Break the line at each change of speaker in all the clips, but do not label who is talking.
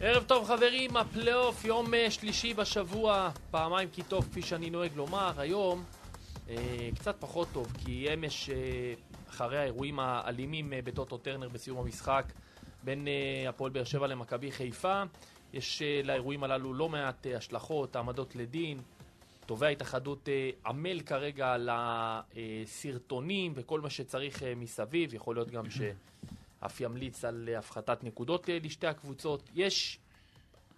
ערב טוב חברים, הפלייאוף יום אה, שלישי בשבוע, פעמיים כי טוב כפי שאני נוהג לומר, היום אה, קצת פחות טוב כי אמש אה, אחרי האירועים האלימים אה, בטוטו טרנר בסיום המשחק בין אה, הפועל באר שבע למכבי חיפה, יש אה, לאירועים הללו לא מעט אה, השלכות, העמדות לדין, תובע ההתאחדות אה, עמל כרגע על הסרטונים וכל מה שצריך אה, מסביב, יכול להיות גם ש... אף ימליץ על אה, הפחתת נקודות אה, לשתי הקבוצות. יש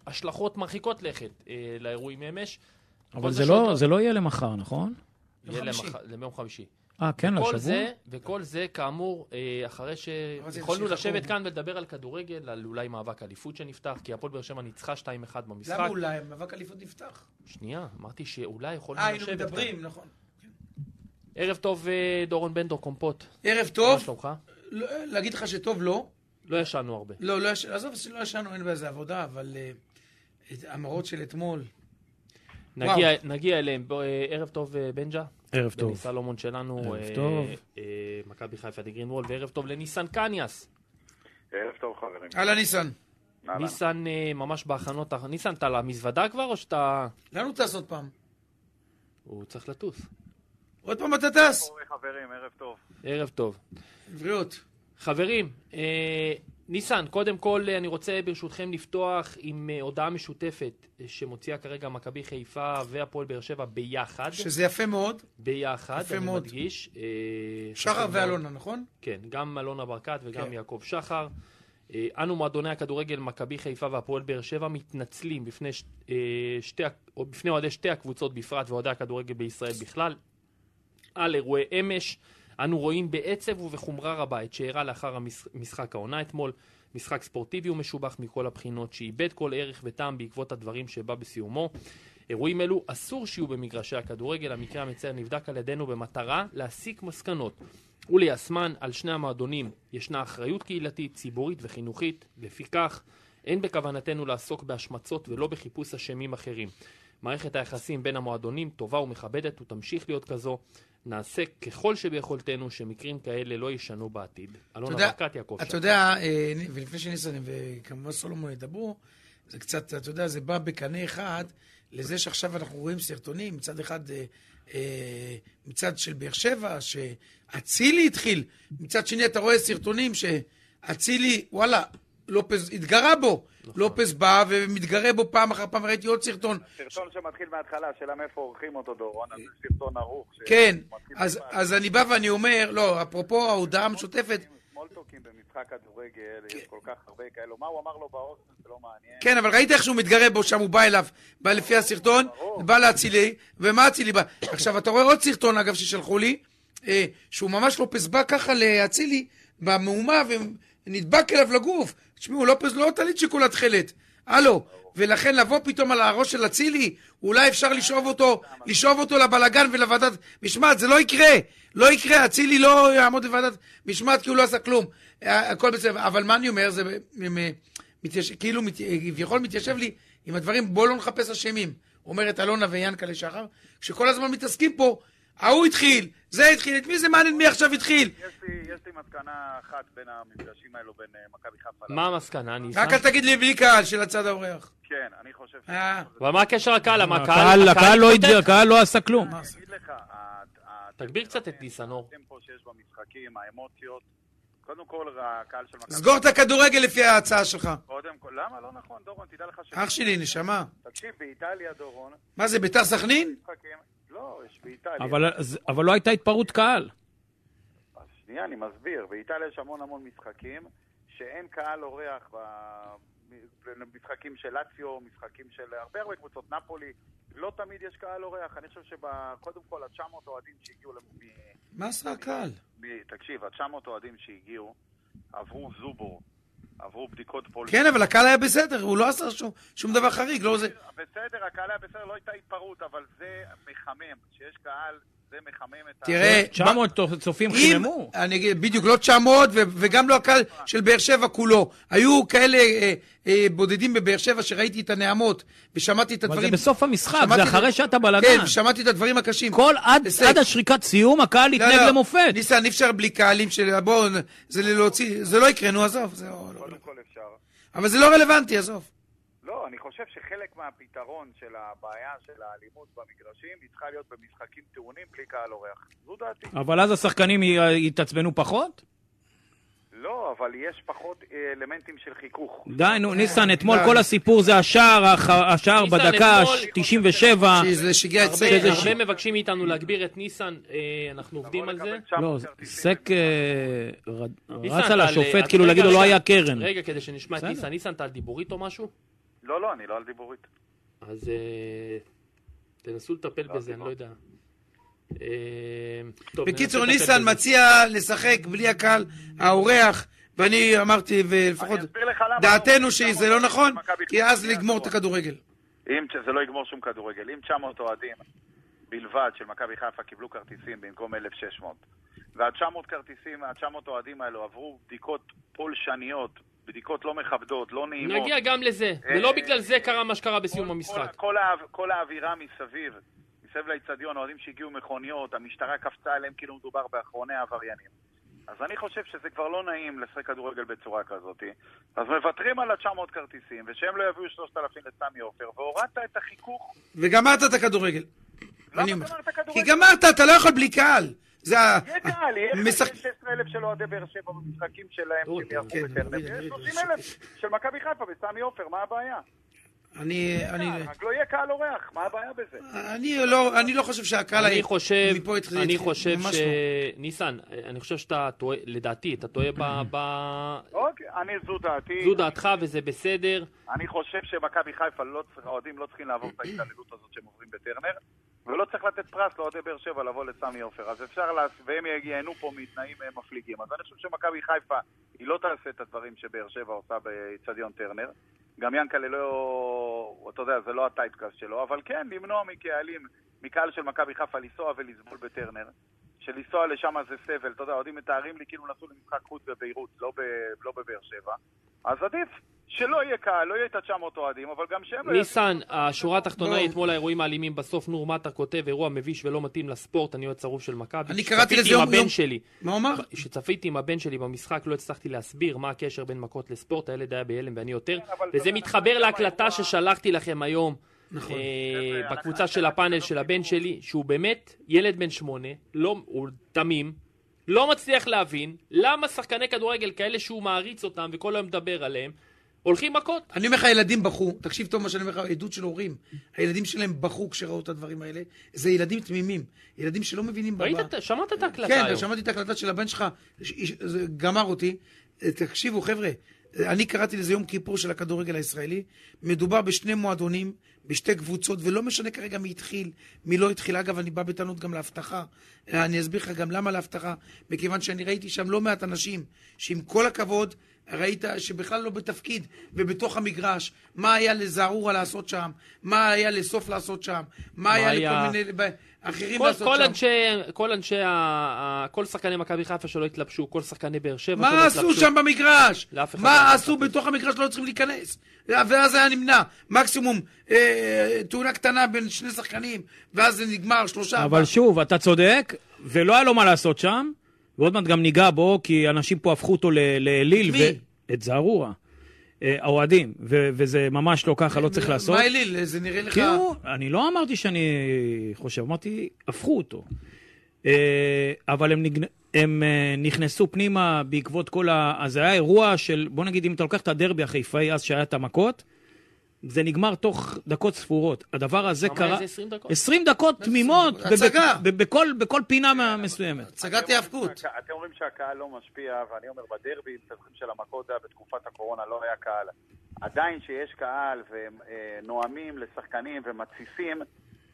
השלכות מרחיקות לכת אה, לאירועים אמש. כל
אבל זה
שעוד
לא, זה לא יהיה למחר, נכון?
יהיה
יום חמישי.
למח- ליום חמישי.
אה, כן,
כל
לשבוע?
זה, וכל זה, כאמור, אה, אחרי
אבל זה
שיכולנו
המשיך
לשבת
אחורה.
כאן ולדבר על כדורגל, על אולי מאבק אליפות שנפתח, כי הפועל באר שבע ניצחה 2-1 במשחק.
למה אולי? מאבק אליפות נפתח.
שנייה, אמרתי שאולי יכולנו
אה,
לשבת
היינו
כאן.
מדברים, נכון.
ערב טוב, אה, דורון בן דור קומפוט.
ערב
מה
טוב,
שלומך?
לא- להגיד לך שטוב לא.
לא ישנו הרבה.
לא, לא יש- עזוב שלא ישנו, אין באיזה עבודה, אבל אה, את המראות של אתמול.
נגיע, נגיע אליהם. בוא, אה, ערב טוב, אה, בנג'ה.
ערב
דני
טוב.
סלומון שלנו,
ערב
אה,
טוב.
אה, מכבי חיפה דגרין וול, וערב טוב לניסן קניאס.
ערב טוב חברים.
אהלן ניסן,
אהלן.
ניסן אה, ממש בהכנות, האח- ניסן, אתה על המזוודה כבר או שאתה...
לאן הוא טס עוד פעם?
הוא צריך לטוס.
עוד פעם אתה טס?
אוי, חברים, ערב טוב.
ערב טוב.
בריאות.
חברים, אה, ניסן, קודם כל אה, אני רוצה ברשותכם לפתוח עם אה, הודעה משותפת אה, שמוציאה כרגע מכבי חיפה והפועל באר שבע ביחד.
שזה יפה מאוד.
ביחד,
יפה
אני
מאוד.
מדגיש. אה,
שחר
חשוב מאוד.
ואלונה, נכון?
כן, גם אלונה ברקת וגם
כן.
יעקב שחר. אה, אנו מועדוני הכדורגל מכבי חיפה והפועל באר שבע מתנצלים בפני, ש- אה, שתי, ה- או בפני אוהדי שתי הקבוצות בפרט ואוהדי הכדורגל בישראל בכלל על אירועי אמש. אנו רואים בעצב ובחומרה רבה את שאירע לאחר המש- משחק העונה אתמול, משחק ספורטיבי ומשובח מכל הבחינות שאיבד כל ערך וטעם בעקבות הדברים שבא בסיומו. אירועים אלו אסור שיהיו במגרשי הכדורגל, המקרה המצער נבדק על ידינו במטרה להסיק מסקנות וליישמן על שני המועדונים ישנה אחריות קהילתית, ציבורית וחינוכית, לפיכך אין בכוונתנו לעסוק בהשמצות ולא בחיפוש אשמים אחרים. מערכת היחסים בין המועדונים טובה ומכבדת ותמשיך להיות כזו. נעשה ככל שביכולתנו שמקרים כאלה לא יישנו בעתיד. אלונה
יודע-
ברקת, יעקב
אתה יודע, אה, ולפני שניסן וכמובן סולומון ידברו, זה קצת, אתה יודע, זה בא בקנה אחד לזה שעכשיו אנחנו רואים סרטונים, מצד אחד, אה, אה, מצד של באר שבע, שאצילי התחיל, מצד שני אתה רואה סרטונים שאצילי, וואלה, לופז התגרה בו, לופז בא ומתגרה בו פעם אחר פעם, ראיתי עוד סרטון,
סרטון שמתחיל מההתחלה, השאלה מאיפה עורכים אותו, דורון, אז זה סרטון ערוך. ש-
אה. כן,
מתחיל
אז,
במשחק.
אז אני בא ואני אומר, לא, אפרופו ההודעה המשותפת,
סמולטוקים במשחק כדורגל, יש כל כך הרבה כאלו. מה הוא אמר לו באוזן, זה לא מעניין.
כן, אבל ראית איך שהוא מתגרה בו שם, הוא בא אליו, בא לפי הסרטון, בא לאצילי, ומה אצילי בא? עכשיו, אתה רואה עוד סרטון, אגב, ששלחו לי, אה, שהוא ממש לופס בא ככה לאצילי, במהומה, ונדבק אליו לגוף. תשמעו, לופס לא טלית שכולה תכלת, הלו. ולכן לבוא פתאום על הראש של אצילי, אולי אפשר לשאוב אותו, לשאוב אותו לבלגן ולוועדת משמעת, זה לא יקרה, לא יקרה, אצילי לא יעמוד בוועדת משמעת כי הוא לא עשה כלום. אה, הכל בסדר, אבל מה אני אומר, זה... אה, מתייש... כאילו מת... כביכול מתיישב לי עם הדברים, בואו לא נחפש אשמים. אומרת אלונה ויענקלה שחר, שכל הזמן מתעסקים פה, ההוא התחיל, זה התחיל, את מי זה מעניין מי עכשיו התחיל?
יש לי- יש לי מסקנה אחת בין המפגשים האלו, בין אה, מכבי חיפה.
מה המסקנה, ניסן?
רק אל תגיד לי בלי קהל של הצד האורח.
כן, אני חושב ש...
אה.
אבל מה הקשר לקהל? למה
הקהל, הקהל לא
התמוטט?
הגיע, הקהל לא עשה כלום.
אה,
אני אגיד לך, ה- ה-
תגביר קצת את ניסנור.
הטמפו שיש במשחקים, האמוציות. קודם כל, הקהל של מכבי...
סגור את הכדורגל לפי ההצעה שלך.
קודם כל, למה לא נכון, דורון? תדע לך ש...
אח שלי, נשמה.
תקשיב, באיטליה, דורון,
מה זה, ביתר סכנין?
משחקים... לא, יש
אה,
באיטליה.
אבל, אז- אבל לא הייתה התפרעות קהל.
לא-
אז שנייה, אני מסביר. באיטליה יש המון המון משחקים שאין קהל אורח במשחקים של לאציו, משחקים של הרבה הרבה קבוצות, נפולי. לא תמיד יש קהל אורח. אני חושב שקודם כל, ה-900 אוהדים שהגיעו... למ- מ-
מה עשה הקהל?
מ- תקשיב, ה-900 אוהדים שהגיעו עברו זובור, עברו בדיקות פוליטיות.
כן, אבל הקהל היה בסדר, הוא לא עשה שום, שום דבר חריג, לא זה...
אה. בסדר, הקהל היה בסדר, לא הייתה התפרעות, אבל זה מחמם. כשיש קהל, זה מחמם את ה...
תראה,
900 צופים
אה, אם,
חיממו.
אני אגיד, בדיוק, לא 900 ו- וגם לא הקהל של באר שבע כולו. היו כאלה אה, אה, בודדים בבאר שבע שראיתי את הנעמות ושמעתי את
אבל זה
הדברים.
בסוף המשחק,
שמעתי
זה
את-
אחרי שאתה
כן,
בלאגן.
שמעתי את הדברים הקשים.
כל עד-
הישג.
עד השריקת סיום, הקהל
לא,
התנהג
לא,
למופת.
ניסן, אי אפשר בלי קהלים של... בואו, זה להוציא... זה לא יקרה, נו, עזוב. זה לא- לא-
קודם כל אפשר.
אבל זה לא רלוונטי, עזוב.
לא, אני חושב שחלק מהפתרון של הבעיה של האלימות במגרשים, היא צריכה להיות במשחקים טעונים בלי קהל אורח. זו דעתי.
אבל אז השחקנים י- יתעצבנו פחות?
לא, אבל יש פחות אה, אלמנטים של חיכוך.
די,
כן.
נו, ניסן,
לא.
אתמול כל הסיפור זה השער, הח- השער
ניסן,
בדקה
אתמול-
ש- 97.
שזה שיגע את
הרבה-
סקר.
הרבה מבקשים מאיתנו להגביר את ניסן, אה, אנחנו עובדים על זה.
לא, סק אה, רד-
ניסן,
רץ על
אתה
השופט,
אתה-
כאילו
אה, רגע,
להגיד לו
רגע,
לא היה קרן.
רגע, כדי שנשמע את
בסדר.
ניסן. ניסן, אתה על דיבורית או משהו?
לא, לא, אני לא על דיבורית.
אז אה, תנסו לטפל
לא,
בזה, אני
דיבור.
לא יודע. אה, טוב,
בקיצור,
ננסה לטפל
ניסן
בזה.
מציע לשחק בלי הקהל, האורח, ואני אמרתי, ולפחות
אני אסביר לך למה.
דעתנו
אנחנו-
שזה לא נכון,
מכבי
כי
חיפה
אז
שנייה
לגמור את
טובה.
הכדורגל.
אם זה לא יגמור שום כדורגל, אם 900 אוהדים בלבד של מכבי חיפה קיבלו כרטיסים במקום 1,600, וה-900 כרטיסים, ה-900 אוהדים האלו עברו בדיקות פולשניות, בדיקות לא מכבדות, לא נעימות.
נגיע גם לזה,
אה,
ולא בגלל זה קרה מה שקרה בסיום
כל,
המשחק.
כל, האו- כל האווירה מסביב, מסביב לאצטדיון, אוהדים שהגיעו מכוניות, המשטרה קפצה עליהם כאילו מדובר באחרוני העבריינים. אז אני חושב שזה כבר לא נעים לשחק כדורגל בצורה כזאת, אז מוותרים על ה-900 כרטיסים, ושהם לא יביאו 3,000 לסמי עופר, והורדת את החיכוך.
וגמרת את הכדורגל.
למה
אני אומר.
גמרת כדורגל?
כי גמרת, אתה לא יכול בלי קהל. זה ה...
יהיה קהל, יהיה
משחק-
16,000 של אוהדי באר שבע במשחקים שלהם,
אורי,
שהם יעשו
כן,
בטרנר,
רגע, רגע,
ויש 30,000 של מכבי חיפה בסמי עופר, מה הבעיה?
אני... אני...
רק לא יהיה קהל אורח, מה הבעיה בזה?
אה.
אני לא, אני לא חושב שהקהל
אני
היה-
חושב,
מפה התחיל-
אני
התחיל-
חושב
ממש
ש...
לא.
ניסן, אה, אני חושב שאתה טועה, לדעתי, אתה טועה ב- ב...
אוקיי, אני זו דעתי.
זו דעתך וזה בסדר.
אני חושב שמכבי חיפה, לא צריך- האוהדים לא צריכים לעבור את ההתעללות הזאת שהם עוברים בטרנר, ולא צריך לתת פרס לאוהדי באר שבע לבוא לסמי עופר. אז אפשר, לה... והם ייהנו פה מתנאים אה, מפליגים. אז אני חושב שמכבי חיפה, היא לא תעשה את הדברים שבאר שבע עושה באיצטדיון טרנר. גם ינקלה לא, אתה יודע, זה לא הטייפקאסט שלו, אבל כן, למנוע מקהלים, מקהל של מכבי חיפה לנסוע ולסבול בטרנר. שלנסוע לשם זה סבל, אתה יודע, אוהדים מתארים לי כאילו נסעו למשחק חוץ בביירות, לא, ב... לא בבאר שבע. אז עדיף שלא יהיה קהל, לא יהיה את ה-900 אוהדים, אבל גם שהם לא יביאו
ניסן, השורה התחתונה
בואו.
היא אתמול האירועים האלימים בסוף. נור מטר כותב, אירוע מביש ולא מתאים לספורט, אני אוהד שרוף של מכבי.
אני קראתי
צפיתי
לזה
עם
יום-
הבן
יום-
שלי.
מה הוא אמר?
כשצפיתי עם הבן שלי במשחק לא הצלחתי להסביר מה הקשר בין מכות לספורט, הילד היה בהלם ואני יותר,
כן, אבל
וזה
אתה-
מתחבר
אתה-
להקלטה
אתה-
ששלחתי לכם היום. נכון.
חבר'ה,
בקבוצה
אנחנו-
של הפאנל
אנחנו
של
לא
הבן
ציבור.
שלי, שהוא באמת ילד בן שמונה, לא- הוא תמים, לא מצליח להבין למה שחקני כדורגל כאלה שהוא מעריץ אותם וכל היום מדבר עליהם, הולכים מכות.
אני אומר לך, הילדים בכו, תקשיב טוב מה שאני אומר לך, עדות של הורים. הילדים שלהם בכו כשראו את הדברים האלה. זה ילדים תמימים, ילדים שלא מבינים...
ראית,
במה.
את- שמעת את ההקלטה
כן,
היום.
שמעתי את ההקלטה של הבן שלך, ש- איש- זה גמר אותי. אה, תקשיבו, חבר'ה, אה, אני קראתי לזה יום כיפור של הכדורגל הישראלי. מדובר בשני מועדונים, בשתי קבוצות, ולא משנה כרגע מי התחיל, מי לא התחיל. אגב, אני בא בטענות גם לאבטחה. אה, אני אסביר לך גם למה לאבטחה, מכיוון שאני ראיתי שם לא מעט אנשים, שעם כל הכבוד, ראית שבכלל לא בתפקיד, ובתוך המגרש, מה היה לזערורה לעשות שם, מה היה לסוף לעשות שם, מה היה
היה-
לכל מיני ב- אחרים
כל,
לעשות
כל,
שם.
אנשי, כל אנשי, ה, ה, כל שחקני מכבי חיפה שלא התלבשו, כל שחקני באר שבע שלא
מה
התלבשו.
עשו שם במגרש?
לא לאף אחד לא
מה עשו
אכפת.
בתוך המגרש? לא צריכים להיכנס. ואז היה נמנע. מקסימום אה, אה, תאונה קטנה בין שני שחקנים, ואז זה נגמר שלושה.
אבל
ארבעה.
שוב, אתה צודק, ולא היה לו מה לעשות שם, ועוד מעט גם ניגע בו, כי אנשים פה הפכו אותו ל- לאליל.
את מי?
ו- את זערורה. אה, האוהדים, ו- וזה ממש לא ככה, לא צריך לעשות.
מה אליל? זה נראה לך...
כאילו, אני לא אמרתי שאני חושב, אמרתי, הפכו אותו. אה, אבל הם, נגנ... הם אה, נכנסו פנימה בעקבות כל ה... אז זה היה אירוע של, בוא נגיד, אם אתה לוקח את הדרבי החיפאי אז שהיה את המכות, זה נגמר תוך דקות ספורות. הדבר הזה
כמה
קרה...
זה 20 דקות?
20 דקות תמימות,
דקות? הצגה.
בב- בכל, בכל פינה מה- מסוימת.
הצגת היאבקות.
אתם אומרים שהק- אתם אומרים שהקהל לא משפיע, ואני אומר בדרבי, אתם זוכרים של המכות, זה היה בתקופת הקורונה, לא היה קהל. עדיין שיש קהל ונואמים לשחקנים ומתסיסים,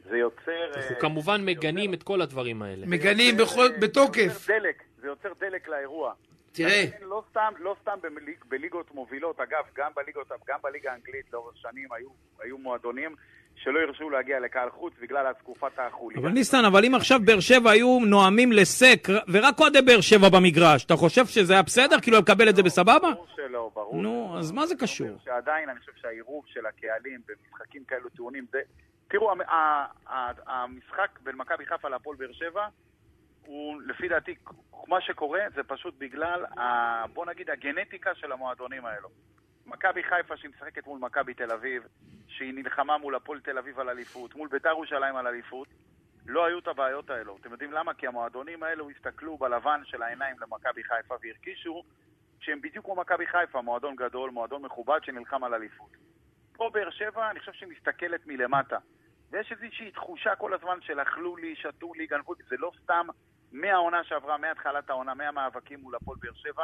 זה יוצר... אה,
אנחנו כמובן מגנים את כל הדברים האלה.
מגנים
יוצר,
בכל-
אה,
בתוקף.
זה יוצר דלק, זה יוצר דלק לאירוע.
תראה,
לכן לא סתם, לא סתם בליג, בליגות מובילות, אגב, גם בליגות, גם בליגה האנגלית לאורך שנים היו, היו מועדונים שלא הרשו להגיע לקהל חוץ בגלל תקופת החוליה.
אבל ניסן, אבל אם עכשיו באר שבע היו נואמים לסק, ורק אוהדי באר שבע במגרש, אתה חושב שזה היה בסדר? כאילו, היה מקבל את זה בסבבה?
ברור שלא, ברור.
נו, אז מה זה קשור?
אומר שעדיין אני חושב שהעירוב של הקהלים במשחקים כאלו טעונים זה... תראו, המ- ה- ה- המשחק בין מכבי חיפה להפועל באר שבע הוא לפי דעתי, מה שקורה זה פשוט בגלל, ה, בוא נגיד, הגנטיקה של המועדונים האלו. מכבי חיפה שהיא משחקת מול מכבי תל אביב, שהיא נלחמה מול הפועל תל אביב על אליפות, מול ביתר ירושלים על אליפות, לא היו את הבעיות האלו. אתם יודעים למה? כי המועדונים האלו הסתכלו בלבן של העיניים למכבי חיפה והרגישו שהם בדיוק כמו מכבי חיפה, מועדון גדול, מועדון מכובד שנלחם על אליפות. פה באר שבע, אני חושב שהיא מסתכלת מלמטה. ויש איזושהי תחושה כל הזמן של אכלו לי, שתו לי, גנבו לי, זה לא סתם מהעונה שעברה, מהתחלת העונה, מהמאבקים מול הפועל באר שבע.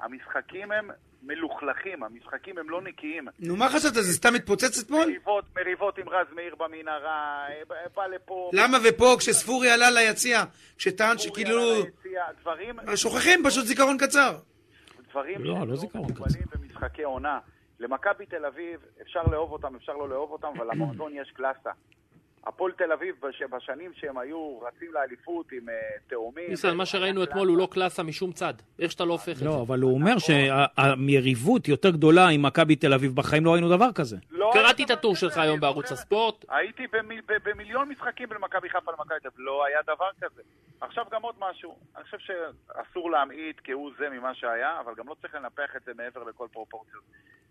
המשחקים הם מלוכלכים, המשחקים הם לא נקיים.
נו, מה חשבת? זה סתם התפוצץ אתמול?
מריבות, מריבות עם רז מאיר במנהרה, אה, בא לפה...
למה ופה, כשספורי עלה ליציע, כשטען
אורי
שכאילו...
עלה ליציע, דברים...
שוכחים, פשוט זיכרון קצר.
דברים
לא,
שהם
לא זיכרון
מקובלים במשחקי עונה. למכבי תל אביב, אפשר לאהוב אותם, אפשר לא לאהוב אותם, אבל למועדון יש קלאסה. הפועל תל אביב, בש- בשנים שהם היו רצים לאליפות עם אה, תאומים...
ניסן, מה שראינו אתמול הוא לא קלאסה משום צד. איך שאתה לא הופך את זה.
לא, אבל הוא אומר שהיריבות יותר גדולה עם מכבי תל אביב, בחיים לא ראינו דבר כזה.
לא,
קראתי
אין
את
דבר
הטור
כזה,
שלך
אני
היום בערוץ
זוכר.
הספורט.
לא,
הייתי במיל, ב, במיליון משחקים בין מכבי חיפה למכבי תל אביב, לא היה דבר כזה. עכשיו גם עוד משהו, אני חושב שאסור להמעיט כהוא זה ממה שהיה, אבל גם לא צריך לנפח את זה מעבר לכל פרופורציות.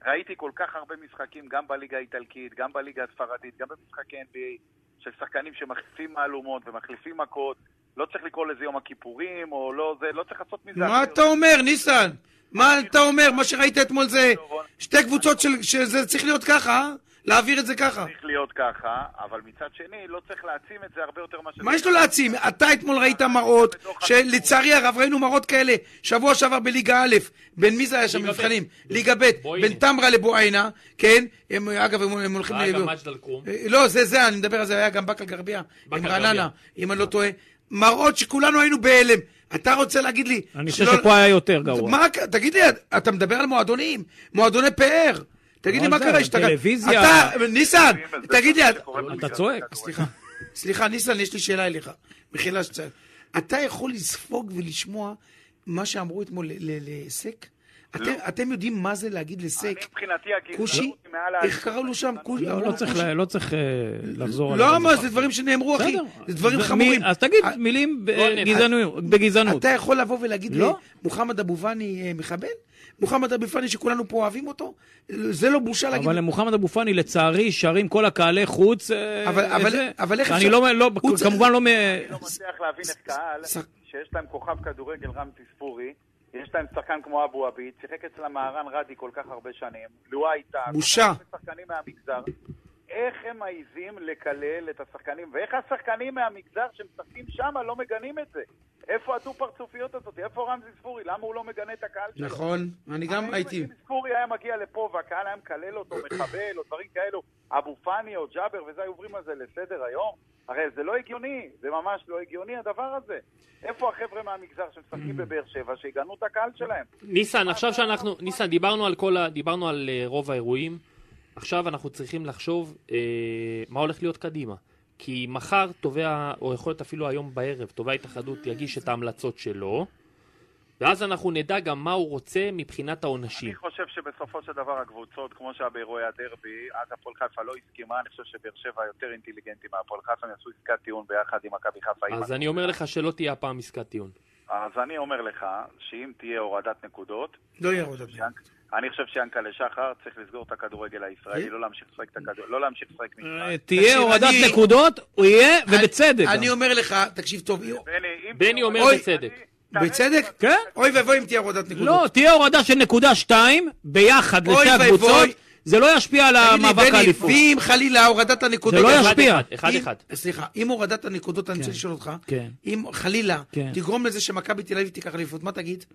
ראיתי כל כך הרבה משחקים, גם בליגה האיטלקית, גם בליגה הספרדית, גם במשחקי NBA, של שחקנים שמחליפים מהלומות ומחליפים מכות, לא צריך לקרוא לזה יום הכיפורים, או לא זה, לא צריך לעשות מזה...
מה אתה אומר, ניסן? מה אתה אומר? מה שראית אתמול זה שתי קבוצות של... שזה צריך להיות ככה, אה? להעביר את זה ככה.
צריך להיות ככה, אבל מצד שני, לא צריך להעצים את זה הרבה יותר ממה שזה...
מה יש לו להעצים? אתה אתמול ראית מראות,
בתוך
שלצערי הרב ראינו מראות כאלה שבוע שעבר בליגה א', בין מי זה היה שם
ליגה ב'.
מבחנים? ליגה ב',
בועיינה.
בין טמרה לבועיינה, כן? הם, אגב, הם הם הולכים...
היה
ל-
גם מג'ד אל-כרום.
אה, לא, זה זה, אני מדבר על זה, היה גם באקה גרבייה,
באקה
עם
גרבייה.
רעננה, אם אני לא טועה. מראות שכולנו היינו בהלם. אתה רוצה להגיד לי...
אני חושב
שלא-
שפה היה יותר גרוע.
לא- מה, ק- תגיד לי, אתה מדבר על מועדונים, מועדוני פאר. תגיד לי,
לא
מה
על זה,
קרה?
על
השתגע-
טלוויזיה.
אתה, ניסן, תגיד לי, אתה-
אתה צועק.
סליחה, סליחה, ניסן, יש לי שאלה אליך. מחילה שצריך. אתה יכול לספוג ולשמוע מה שאמרו אתמול ל- ל- לסק? אתם- אתם יודעים מה זה להגיד לסק?
לא. אני מבחינתי הגזענות
כושי?
היא מעל ה...
איך קראו לו שם? כושי?
לא לא צריך ל- לא צריך אה, לחזור על
לא, מה, זה דברים שנאמרו, אחי.
בסדר.
זה דברים
מי-
חמורים.
אז תגיד
אה,
מילים ב-
בוא נ-
גזענויות- בגזענות.
אתה יכול לבוא ולהגיד
לא.
למוחמד אבו פאני אה, מחבל? מוחמד אבו פאני שכולנו פה אוהבים אותו? זה לא בושה להגיד...
אבל למוחמד אבו פאני, לצערי, שרים כל הקהלי חוץ. אה,
אבל- אבל-
זה.
אבל איך
אני
אפשר-
לא, לא-
הוא צריך-
כמובן לא... מ-
אני לא מצליח להבין את קהל
ש-
שיש להם כוכב כדורגל רמזי ספורי, יש להם שחקן כמו אבו עביד, שיחק אצלם מהרן רדי כל כך הרבה שנים, לואה איתה,
בושה.
שחקנים מהמגזר. איך הם מעיזים לקלל את השחקנים, ואיך השחקנים מהמגזר שמשחקים שם לא מגנים את זה? איפה הדו-פרצופיות הזאת? איפה רמזי ספורי? למה הוא לא מגנה את הקהל שלו?
נכון, אני גם
הרי
הייתי...
אם ספורי היה מגיע לפה והקהל היה מקלל אותו, מחבל, או דברים כאלו, אבו פאני או ג'אבר וזה, היו עוברים על זה לסדר היום? הרי זה לא הגיוני, זה ממש לא הגיוני הדבר הזה. איפה החבר'ה מהמגזר שמשחקים בבאר שבע שיגנו את הקהל שלהם?
ניסן, עכשיו שאנחנו, ניסן, דיברנו על כל ה... דיברנו על אה, רוב האירועים. עכשיו אנחנו צריכים לחשוב אה, מה הולך להיות קדימה. כי מחר תובע, או יכול להיות אפילו היום בערב, תובע התאחדות יגיש את ההמלצות שלו, ואז אנחנו נדע גם מה הוא רוצה מבחינת העונשים.
אני חושב שבסופו של דבר הקבוצות, כמו שהיה באירועי הדרבי, אז הפועל חיפה לא הסכימה, אני חושב שבאר שבע יותר אינטליגנטי מהפועל חיפה, הם יעשו עסקת טיעון ביחד עם מכבי חיפה. אם
אז אני אומר לך שלא תהיה הפעם עסקת טיעון.
אז אני אומר לך, שאם תהיה הורדת נקודות,
לא יהיה עוד הרבה.
ינק- אני חושב שיאנקלה שחר צריך לסגור את הכדורגל הישראלי,
כן.
לא להמשיך לשחק את הכדור- לא להמשיך לשחק
אה,
משחק.
תהיה
תקשיב,
הורדת
אני-
נקודות, הוא יהיה, ובצדק. גם.
אני אומר לך, תקשיב טוב,
בני, אם-
בני אומר
אוי,
בצדק.
אני-
בצדק?
כן?
אוי ואבוי אם תהיה הורדת נקודות.
לא, תהיה הורדה של נקודה שתיים, ביחד
אוי
לשתי
ואבוי.
הקבוצות, זה לא ישפיע על
תגיד לי,
המאבק
בני,
האליפות.
ואם חלילה הורדת הנקודות...
זה לא
אבל-
ישפיע. משפיע.
אחד, אחד.
אם-
אחד.
סליחה, אם הורדת הנקודות, אני רוצה לשאול אותך,
כן.
אם חלילה
כן.
תגרום לזה שמכבי תל אביב תיקח אליפות, מה תגיד?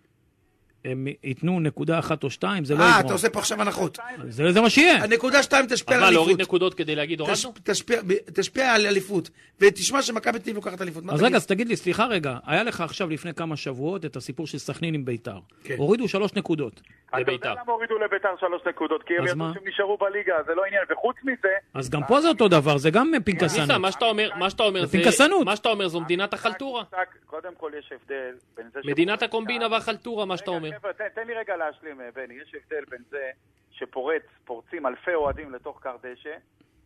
הם ייתנו נקודה אחת או שתיים, זה לא
אה, אתה
יגרום.
עושה פה עכשיו הנחות.
זה זה מה שיהיה.
הנקודה שתיים תשפיע
אז
על
מה,
אליפות.
להוריד נקודות כדי להגיד
תש-
הורדנו?
תשפיע- ב- תשפיע על אליפות, ותשמע שמכבי תל אביב לוקחת אליפות. מה
אז
תגיד?
רגע, אז תגיד לי, סליחה רגע, היה לך עכשיו לפני כמה שבועות את הסיפור של סכנין עם ביתר.
כן.
הורידו שלוש נקודות.
אתה
לביתר.
יודע למה הורידו לביתר שלוש נקודות? כי הם
אז
ידעו
מה?
שהם נשארו בליגה, זה לא עניין. וחוץ מזה,
אז גם פה זה אותו דבר, זה גם
ניסן,
פנקסנות.
מה שאתה אומר, מה שאתה אומר
זה
זה...
פנקסנות.
מה שאתה אומר זו מדינת החלטורה.
המשחק- קודם כל יש הבדל בין זה...
מדינת
שפורץ
הקומבינה
קהל-
והחלטורה, מה שאתה אומר.
רגע, חבר'ה, תן- תן לי רגע להשלים, אה, בני. יש הבדל בין זה שפורץ, פורצים אלפי אוהדים לתוך כר דשא,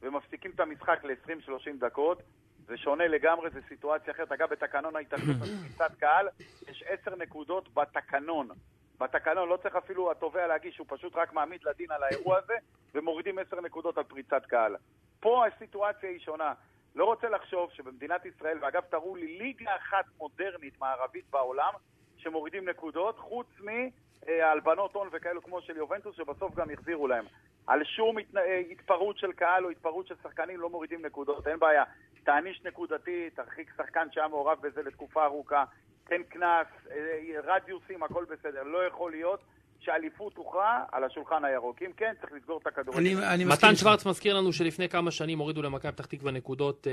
ומפסיקים את המשחק ל-20-30 דקות. זה שונה לגמרי, זו סיטואציה אחרת. אגב, בתקנון ההתאחדות על קבוצת קהל, יש עשר נקודות בתקנון. בתקנון לא צריך אפילו התובע להגיש, הוא פשוט רק מעמיד לדין על האירוע הזה, ומורידים 10 נקודות על פריצת קהל. פה הסיטואציה היא שונה. לא רוצה לחשוב שבמדינת ישראל, ואגב, תראו לי ליגה אחת מודרנית מערבית בעולם, שמורידים נקודות, חוץ מהלבנות הון וכאלו כמו של יובנטוס, שבסוף גם החזירו להם. על שום התנ... אה, התפרעות של קהל או התפרעות של שחקנים לא מורידים נקודות, אין בעיה. תעניש נקודתי, תרחיק שחקן שהיה מעורב בזה לתקופה ארוכה, תן קנס, אה, רדיוסים, הכל בסדר. לא יכול להיות שאליפות תוכרע על השולחן הירוק. אם כן, צריך לסגור את הכדורגל.
אני, אני מסכים.
מתן
איתך.
שוורץ מזכיר לנו שלפני כמה שנים הורידו למכבי פתח תקווה נקודות אה,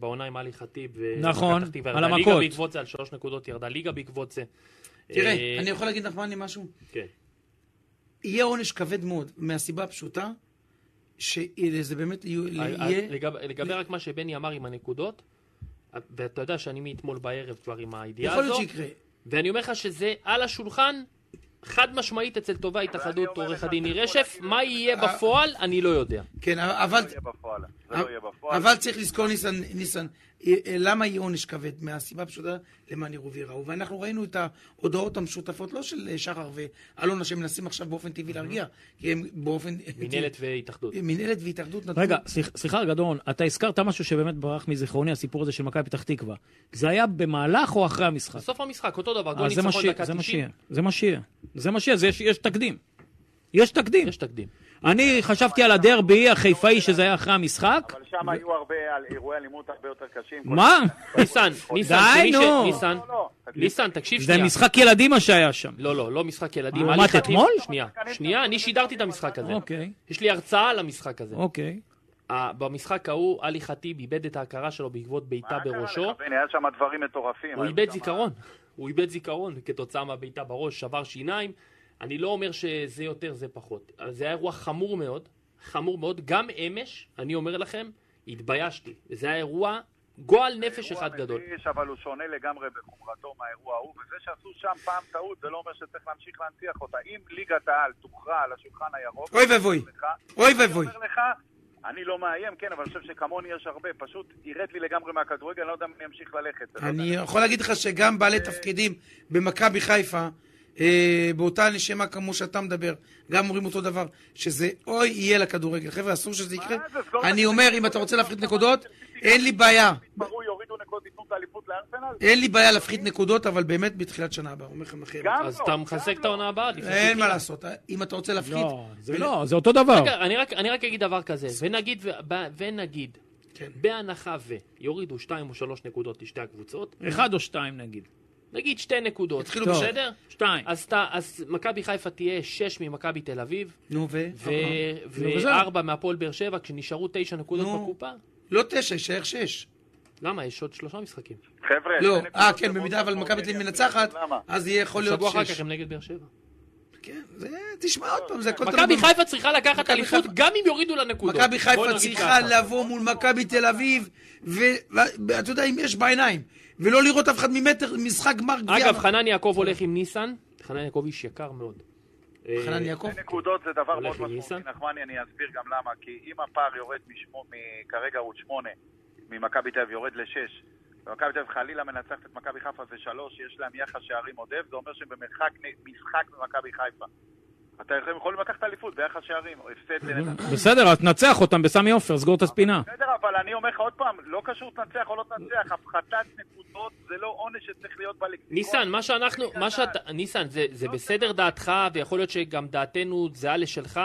בעונה עם עלי חטיב. ומכבי
נכון,
פתח תקווה
על
ירדה
המכות.
ליגה בעקבות זה, על שלוש נקודות ירדה ליגה בעקבות זה.
תראה,
אה,
אני יכול להגיד לך מה אני משהו?
כן.
יהיה עונש כבד מאוד, מהסיבה הפשוטה, שזה באמת יהיו-
אה,
יהיה...
אה, לגב- לגבי רק מה שבני אמר עם הנקודות, אה, ואתה יודע שאני מאתמול בערב כבר עם הידיעה
יכול
הזו,
להיות שיקרה.
ואני אומר לך שזה על השולחן. חד משמעית אצל טובה
ואני
התאחדות
אומר
עורך
לך,
הדין
זה
ניר
כל
רשף,
הכיוון.
מה יהיה
אה,
בפועל אני לא יודע.
כן,
זה
אבל...
לא יהיה בפועל. זה לא יהיה בפועל.
אבל צריך לזכור, ניסן, ניסן, אה, אה, למה יהיה עונש כבד? מהסיבה הפשוטה למען יראו וייראו. ואנחנו ראינו את ההודעות המשותפות, לא של אה, שחר ואלונה, שמנסים עכשיו באופן טבעי להרגיע, כי הם באופן...
מינהלת והתאחדות.
מינהלת והתאחדות נתנו...
רגע, סליח- סליחה, גדעון, אתה הזכרת משהו שבאמת ברח מזיכרוני, הסיפור הזה של מכבי פתח תקווה. זה היה במהלך או אחרי המשחק?
בסוף המשחק, אותו דבר, גול
אז אה, זה מה
ניצחון
שיהיה,
דקה
זה מה
90.
שיהיה, זה מה שיהיה. זה מה שיהיה, זה יש- יש תקדים. יש תקדים.
יש תקדים.
אני חשבתי על הדרבי החיפאי שזה היה אחרי המשחק.
אבל שם היו הרבה על- אירועי אלימות הרבה יותר קשים.
מה?
ניסן, ניסן,
די,
שמי ש-
נו.
ניסן,
לא, לא, לא.
ניסן, תקשיב
זה
שנייה.
משחק ילדים מה שהיה שם.
לא, לא, לא משחק ילדים.
מה,
אני
אמרת
חטיב-
אתמול?
שנייה, שנייה, אני שידרתי את המשחק הזה.
אוקיי,
יש לי הרצאה על המשחק הזה.
אוקיי.
ה- במשחק ההוא, עלי חטיב איבד את ההכרה שלו בעקבות בעיטה
מה קרה
בראשו.
לך, בני? היה שם דברים מטורפים.
הוא
היו
איבד
שם-
זיכרון. הוא איבד זיכרון כתוצאה מהבעיטה בראש, שבר שיניים. אני לא אומר שזה יותר, זה פחות. אבל זה היה אירוע חמור מאוד, חמור מאוד. גם אמש, אני אומר לכם, התביישתי. זה היה אירוע גועל נפש אחד גדול.
אירוע מביש, אבל הוא שונה לגמרי בחומרתו מהאירוע ההוא, וזה שעשו שם פעם טעות, זה לא אומר שצריך להמשיך להנציח אותה. אם ליגת העל תוכרע על השולחן הירוק...
אוי ואבוי.
לך-
אוי ואבוי.
אני אומר לך, אני לא מאיים, כן, אבל אני חושב שכמוני יש הרבה. פשוט ירד לי לגמרי מהכדורגל, אני לא יודע אם אני אמשיך ללכת. אתה יודע.
אני יכול להגיד לך שגם בעלי תפקידים במכבי חיפה, אה, באותה נשימה כמו שאתה מדבר, גם אומרים אותו דבר, שזה אוי יהיה לכדורגל. חבר'ה, אסור שזה יקרה.
מה זה, זה לא
כן. אני
רק-
אומר, אם אתה רוצה להפחית נקודות, אין לי בעיה.
יתפרעו, יורידו נקודות, ייתנו את האליפות לארסנל?
אין לי בעיה להפחית נקודות, אבל באמת בתחילת שנה הבאה, אומר לכם אחרת.
גם
אז
לא,
אתה
גם
מחזק
לא.
את העונה הבאה. לפני
אין
שהתחילה.
מה לעשות, אה, אם אתה רוצה להפחית...
לא, זה לא, זה אותו דבר.
רגע, אני רק, אני רק אגיד דבר כזה, ונגיד, ו- ב- ונגיד,
כן.
בהנחה ו, יורידו שתיים או שלוש נקודות לשתי הקבוצות,
אחד או שתיים נגיד.
נגיד שתי נקודות,
יתחילו
טוב.
בשש.
בסדר?
שתיים.
אז, אתה, אז מכבי חיפה תהיה שש ממכבי תל אביב,
נו, ו...
ו-
נו, וזהו.
וארבע מהפועל באר שבע, כשנשארו תשע נקודות
אוקיי. נו.
בקופה.
לא תשע, יישאר שש.
למה? יש עוד שלושה משחקים.
חבר'ה,
לא,
שתי נקודות
אה,
זה
כן,
מאוד נכון.
במידה אבל
משמעותי,
מכבי
אני
תל אביב
אסביר לך
מנצחת,
למה.
אז יהיה יכול להיות
שבוע אחר כך
שש.
הם נגד באר שבע.
כן, זה... תשמע עוד פעם, זה הכל... תלוי
מכבי
במ-
חיפה צריכה לקחת
מכבי
אליפות
חיפה-
גם אם יורידו לה נקודות.
מכבי
בוא
חיפה
נגיד
צריכה
ככה.
לבוא מול מכבי תל אביב, ואתה יודע, עם אש בעיניים, ולא לראות אף אחד ממטר משחק גמר גביע.
אגב, חנן יעקב הולך עם ניסן, חנן יעקב איש יקר מאוד.
חנן
אה,
יעקב.
שתי נקודות זה דבר
הולך
מאוד
עם ניסן?
משמעותי, נחמני, אני אסביר גם למה. כי אם הפער יורד משמו- מ- כרגע הוא שמונה, ממכבי תל אביב יורד לשש, ומכבי תל אביב חלילה מנצחת את מכבי חיפה זה שלוש, יש להם יחס שערים עודף, זה אומר שהם במרחק נ- משחק ממכבי חיפה. אתה יכול- הם יכולים לקחת אליפות ביחס שערים, או הפסד לנצח.
בסדר, אז תנצח אותם בסמי עופר, סגור את הספינה.
בסדר, אבל אני אומר לך עוד פעם, לא קשור תנצח או לא תנצח, הפחתת נקודות זה לא עונש שצריך להיות בלקסיקון.
ניסן, מה שאנחנו,
בליגת
מה שאתה, ניסן, זה, זה נכון. בסדר דעתך, ויכול להיות שגם דעתנו זהה לשלך,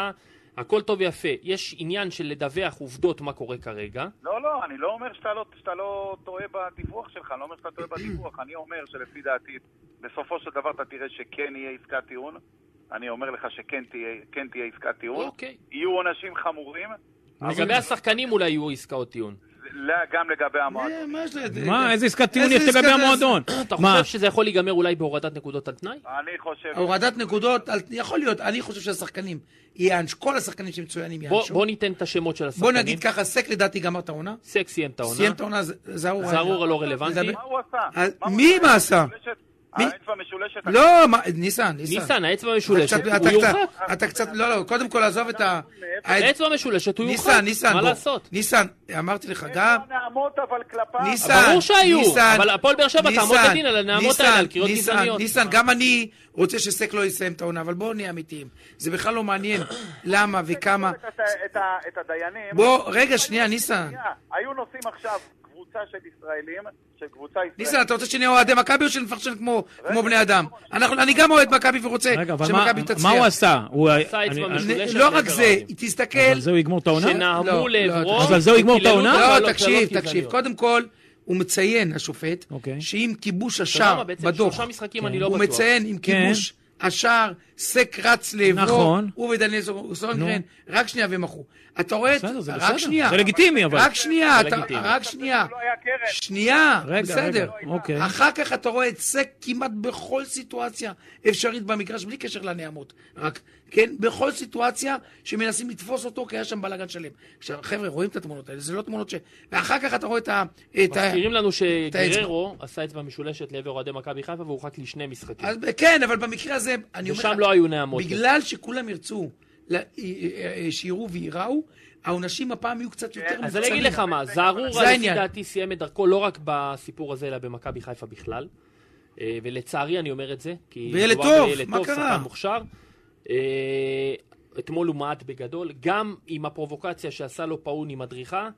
הכל טוב ויפה. יש עניין של לדווח עובדות מה קורה כרגע.
לא, לא, אני לא אומר שאתה לא, שאתה לא טועה בדיווח שלך, אני לא אומר שאתה טועה בדיווח, אני אומר שלפי דעתי, בסופו של דבר אתה תראה שכן יהיה עסקת טיעון, אני אומר לך שכן תהיה, כן תהיה עסקת טיעון,
אוקיי.
יהיו עונשים חמורים,
לגבי השחקנים אולי יהיו עסקאות טיעון.
זה- לא- גם לגבי המועדון.
אה, מה יש לה-
מה, איזה עסקת טיעון יש
איזה
לגבי
עסקת-
המועדון?
אתה
מה,
חושב שזה יכול להיגמר אולי בהורדת נקודות על תנאי?
אני חושב...
אה. הורדת נקודות, אל- יכול להיות, אני חושב שהשחקנים ייענשו, כל השחקנים שמצוינים
בוא,
ייענשו.
בוא ניתן את השמות של השחקנים.
בוא נגיד ככה, סק לדעתי גמר את העונה,
סק סיים את העונה.
סיים את העונה, ז- זערור. היה-
זערורה לא רלוונטי.
לדבר-
מה הוא עשה?
אז
הוא
אה, מי מה עשה?
יש את-
מי-
האצבע משולשת.
לא, מה- ניסן, ניסן.
ניסן, האצבע
אתה
המשולשת,
קצת-
הוא
אתה קצת-
יורחק.
אתה קצת, לא, לא, קודם כל עזוב את ה...
האצבע המשולשת, הוא יורחק.
ניסן, ניסן,
מה
בוא.
לעשות?
ניסן, אמרתי לך גם,
לא נעמות אבל כלפיו.
ניסן,
ברור שהיו,
ניסן,
אבל הפועל באר שבע תעמוד
ניסן,
לדין על הנעמות
ניסן,
האלה, על קריאות
ניסן,
גזעניות.
ניסן, גם אני רוצה שסק לא יסיים את העונה, אבל בואו נהיה אמיתיים. זה בכלל לא מעניין למה וכמה.
את ה- את ה- את הדיינים.
בוא, רגע, שנייה, ניסן.
שנייה, היו נוסעים עכשיו קבוצה של ישראלים, של קבוצה ישראלית.
ניסן, אתה רוצה שנהיה אוהדי מכבי או שנפרשן כמו כמו בני אדם? אנחנו- אני גם אוהד מכבי ורוצה
רגע, אבל מה-
שמכבי תצליח.
מה הוא עשה? הוא
עשה אצבע
אני-
נ-
אני-
משולשת
לא רק
לעבר
זה,
האוהדים.
תסתכל.
אבל זה הוא יגמור את העונה?
שנעמו
לא,
לעברו,
לא,
אבל זהו, יגמור את
וקיללו
העונה?
אותו על
לא,
הקללות
תקשיב,
גזעניות.
תקשיב. קודם כל, הוא מציין, השופט,
אוקיי.
שעם כיבוש
אתה יודע מה,
השער
בעצם
בדוח,
שלושה משחקים אני לא
כן. הוא
בטוח.
מציין עם כיבוש השער, סק רץ לעברו,
כן. נכון.
הוא ודניאל סור- סונגרן, רק שנייה ומחו. אתה רואה את...
בסדר, זה
רק
בסדר.
שנייה.
זה לגיטימי, אבל.
רק שנייה,
זה
אתה-
לגיטימי.
רק שנייה.
לא היה קרן.
שנייה,
רגע, רגע,
בסדר.
אוקיי.
אחר כך אתה רואה את סק כמעט בכל סיטואציה אפשרית במגרש, בלי קשר לנעמות. רק, כן, בכל סיטואציה שמנסים לתפוס אותו, כי היה שם בלאגן שלם. עכשיו, חבר'ה, רואים את התמונות האלה, זה לא תמונות ש... ואחר כך אתה רואה את ה... את ה...
מזכירים לנו שגררו
האצבע.
עשה אצבע משולשת לעבר אוהדי מכבי חיפה והורחק לשני משחקים.
אז, כן, אבל במקרה הזה, אני אומר לך...
ושם לא היו נעמות.
בגלל שכולם ירצו ל- אה, שיראו וייראו, העונשים הפעם יהיו קצת יותר
אז אני אגיד לך מה,
זה
זערורה לפי
העניין.
דעתי סיים את דרכו לא רק בסיפור הזה, אלא במכבי חיפה בכלל. אה, ולצערי אני אומר את זה, כי...
וילד
מדובר
טוב,
בילד
מה קרה?
שחקן מוכשר. אה, אתמול הוא מעט בגדול, גם עם הפרובוקציה שעשה לו פאון עם מדריכה,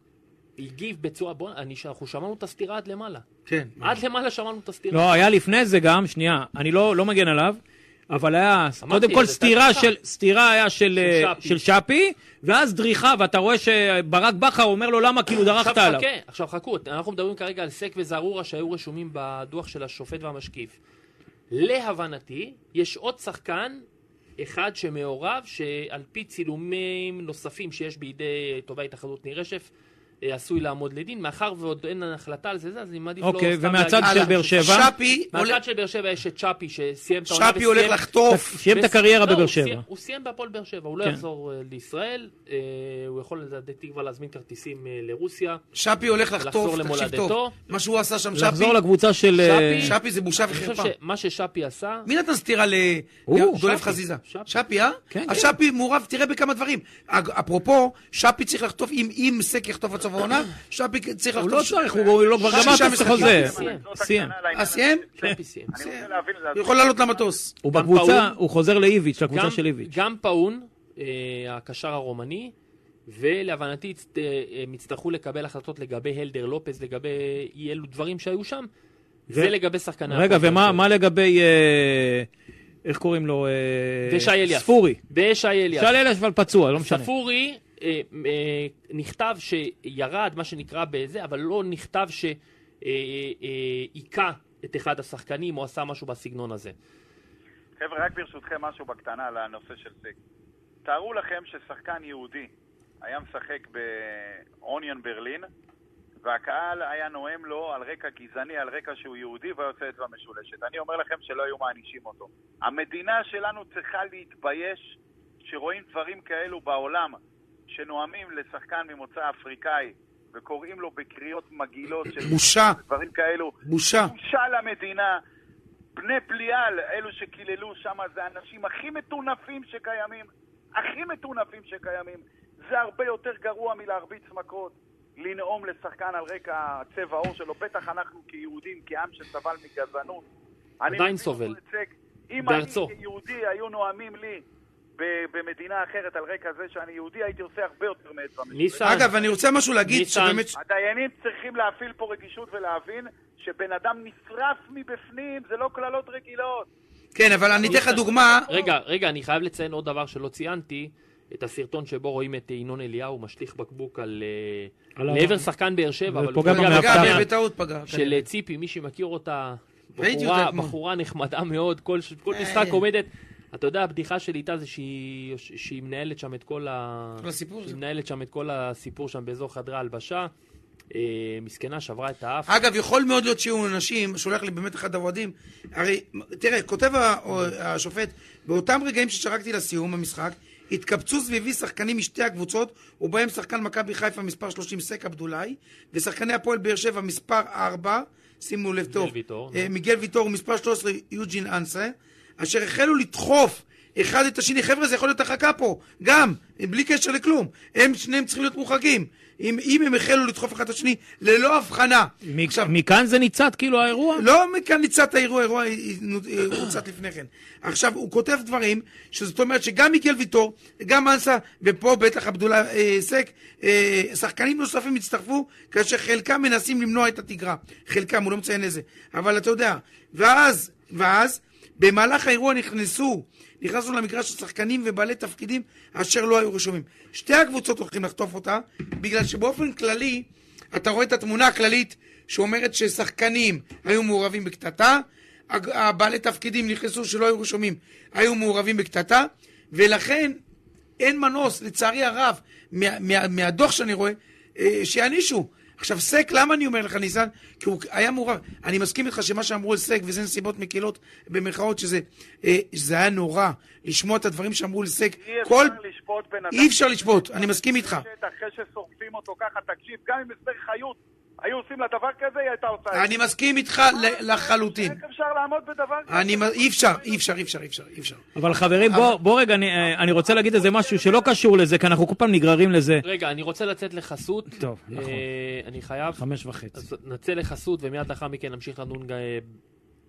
הגיב בצורה... בוא, אני- אנחנו שמענו את הסתירה עד למעלה.
כן.
עד למעלה שמענו את הסתירה.
לא, היה לפני זה גם, שנייה, אני לא לא מגן עליו, אבל היה, קודם כל
זה
סטירה
טקטיקה.
של, סטירה היה של אה,
שפי.
של שפי, ואז דריכה, ואתה רואה שברק בכר אומר לו למה כאילו דרכת
עכשיו
עליו.
חכה, עכשיו חכו, אנחנו מדברים כרגע על סק וזערורה שהיו רשומים בדוח של השופט והמשקיף. להבנתי, יש עוד שחקן אחד שמעורב, שעל פי צילומים נוספים שיש בידי תובע התאחדות ניר רשף, אה, עשוי לעמוד לדין. מאחר ועוד אין החלטה על זה, זה, אז אני מעדיף לא
אוקיי,
סתם
ומהצד
להגיד.
של
הלאה.
באר שבע?
שפי הולך-
מהצד של באר שבע יש את צ'אפי שסיים את העונה
שפי הולך
וסיים-
לחטוף.
סיים את הקריירה
לא,
בבאר
הוא סיים-
שבע.
הוא סיים בהפועל באר שבע, הוא לא
כן.
יחזור אה, לישראל, אה, הוא יכול לדעתי כבר להזמין כרטיסים אה, לרוסיה.
שפי הולך לחטוף,
לחזור
תקשיב
למולדתו.
טוב. מה שהוא עשה שם, שפי,
לחזור לקבוצה של... אה,
שפי.
שפי זה בושה
אני חושב
וחרפה.
שמה ששאפי עשה,
מי נתן סטירה
הוא,
לדולף
שפי,
חזיזה?
שפי.
שפי, אה?
כן,
אז שפי מעורב, תראה בכמה דברים. אג- אפרופו, שפי צריך לחטוף, אם- אם סק יחטוף עד סוף העונה, שפי צריך
הוא
לחטוף...
לא
ש-
צריך, הוא הוא לא כבר
שישה
גמר את
משחקים.
החוזה.
סיים.
אנקדוטה
סיים.
קטנה על העניין
אה, סיים?
הזה.
שפי סיים.
אני רוצה להבין, זה-
הוא יכול לעלות למטוס.
הוא
גם
בקבוצה,
פאול.
הוא חוזר לאיביץ',
גם-
לקבוצה של איביץ'.
גם פאון, אה, הקשר הרומני, ולהבנתי הצט- אה, הם יצטרכו לקבל החלטות לגבי הלדר לופס, לגבי אי אלו דברים שהיו שם. זה לגבי שחקני...
רגע,
הפועל
ומה
באר
מה לגבי... אה, איך קוראים לו? אה,
ושי אליאס.
ספורי.
שבע. ושי אליאס.
שי אליאס אבל פצוע, לא משנה.
ספורי אה, אה, נכתב שירד, מה שנקרא בזה, אבל לא נכתב שהיכה אה, אה, היכה את אחד השחקנים או עשה משהו בסגנון הזה.
חבר'ה, רק ברשותכם משהו בקטנה על הנושא של סק. תארו לכם ששחקן יהודי היה משחק באוניון ברלין, והקהל היה נואם לו על רקע גזעני, על רקע שהוא יהודי והיוצא אצבע משולשת. אני אומר לכם שלא היו מענישים אותו. המדינה שלנו צריכה להתבייש שרואים דברים כאלו בעולם, שנואמים לשחקן ממוצא אפריקאי וקוראים לו בקריאות מגעילות של
בושה,
דברים כאלו.
בושה.
בושה למדינה. בני פליאל, אלו שקיללו שם, זה האנשים הכי מטונפים שקיימים. הכי מטונפים שקיימים. זה הרבה יותר גרוע מלהרביץ מכות. לנאום לשחקן על רקע צבע העור שלו. בטח אנחנו כיהודים, כעם שסבל מגזענות. אני
עדיין
מבין
סובל.
אותו לצק. אם אני
בארצו.
כיהודי היו נואמים לי ב- במדינה אחרת על רקע זה שאני יהודי, הייתי עושה הרבה יותר מאצבע משולשת.
ניסן,
אגב, אני רוצה משהו להגיד,
ניסן.
שבאמת...
הדיינים צריכים להפעיל פה רגישות ולהבין שבן אדם נשרף מבפנים, זה לא קללות רגילות.
כן, אבל אני אתן לך דוגמה.
רגע, רגע, אני חייב לציין עוד דבר שלא ציינתי, את הסרטון שבו רואים את ינון אליהו משליך בקבוק על... אה,
על ה-
לעבר שחקן באר שבע, אבל הוא
ופוגע
פוגע
במאבטח.
בקניין
פגע, בטעות פגע.
של אה, ציפי, מי שמכיר אותה,
ראיתי
בחורה,
אותה אתמול. אה.
בחורה נחמדה מאוד, כל ש- כל משחק עומדת. אתה יודע, הבדיחה שלי איתה זה שהיא שהיא מנהלת שם את כל ה...
כל הסיפור
שהיא
הזה.
מנהלת שם את כל הסיפור שם באזור חדרי ההלבשה. אה, מסכנה, שברה את האף.
אגב, יכול מאוד להיות שיהיו אנשים, שולח לי באמת אחד האוהדים, הרי, תראה, כותב ה- או- השופט, באותם רגעים ששרקתי לסיום המשחק, התקבצו סביבי שחקנים משתי הקבוצות, ובהם שחקן מכבי חיפה מספר 30 סק עבדולאי, ושחקני הפועל באר שבע מספר 4, שימו לב טוב,
ויטור,
אה, מיגל ויטור, מספר 13, יוג'ין אנסה, אשר החלו לדחוף אחד את השני, חבר'ה, זה יכול להיות הרחקה פה, גם, בלי קשר לכלום. הם שניהם צריכים להיות מורחקים. אם, אם הם החלו לדחוף אחד את השני, ללא הבחנה.
מ- מכאן זה ניצת כאילו האירוע?
לא מכאן ניצת האירוע, האירוע אה, הוצת לפני כן. עכשיו, הוא כותב דברים, שזאת אומרת שגם מיגל ויטור, גם אנסה, ופה בטח עבדוללה אה, סק, אה, שחקנים נוספים הצטרפו, כאשר חלקם מנסים למנוע את התגרה. חלקם, הוא לא מציין איזה. אבל אתה יודע, ואז, ואז, במהלך האירוע נכנסו, נכנסנו למגרש של שחקנים ובעלי תפקידים אשר לא היו רשומים. שתי הקבוצות הולכים לחטוף אותה, בגלל שבאופן כללי, אתה רואה את התמונה הכללית שאומרת ששחקנים היו מעורבים בקטטה, הג- הבעלי תפקידים נכנסו שלא היו רשומים, היו מעורבים בקטטה, ולכן אין מנוס, לצערי הרב, מה, מה, מהדוח שאני רואה, אה, שיענישו. עכשיו, סק, למה אני אומר לך, ניסן? כי הוא היה מעורב. אני מסכים איתך שמה שאמרו על סק, וזה נסיבות מקלות, במרכאות, שזה אה, זה היה נורא לשמוע את הדברים שאמרו על סק.
אי אפשר
כל...
לשפוט בן אדם.
אי אפשר לשפוט, אני מסכים איתך.
בשטח, אחרי ששורפים אותו ככה, תקשיב, גם אם הסדר חיות היו עושים לה דבר כזה, היא הייתה עושה את
אני מסכים איתך ל- לחלוטין.
זה. איך אפשר לעמוד בדבר כזה?
אני, מ- אי אפשר, אי אפשר, אי אפשר, אי אפשר, אי אפשר. לא,
אבל חברים, בוא, בוא רגע, אני, אה, אני רוצה להגיד איזה משהו שלא קשור לזה, כי אנחנו כל פעם נגררים לזה.
רגע, אני רוצה לצאת לחסות.
טוב, נכון.
אה, אני חייב.
חמש וחצי.
אז נצא לחסות ומיד לאחר מכן נמשיך לדון אה,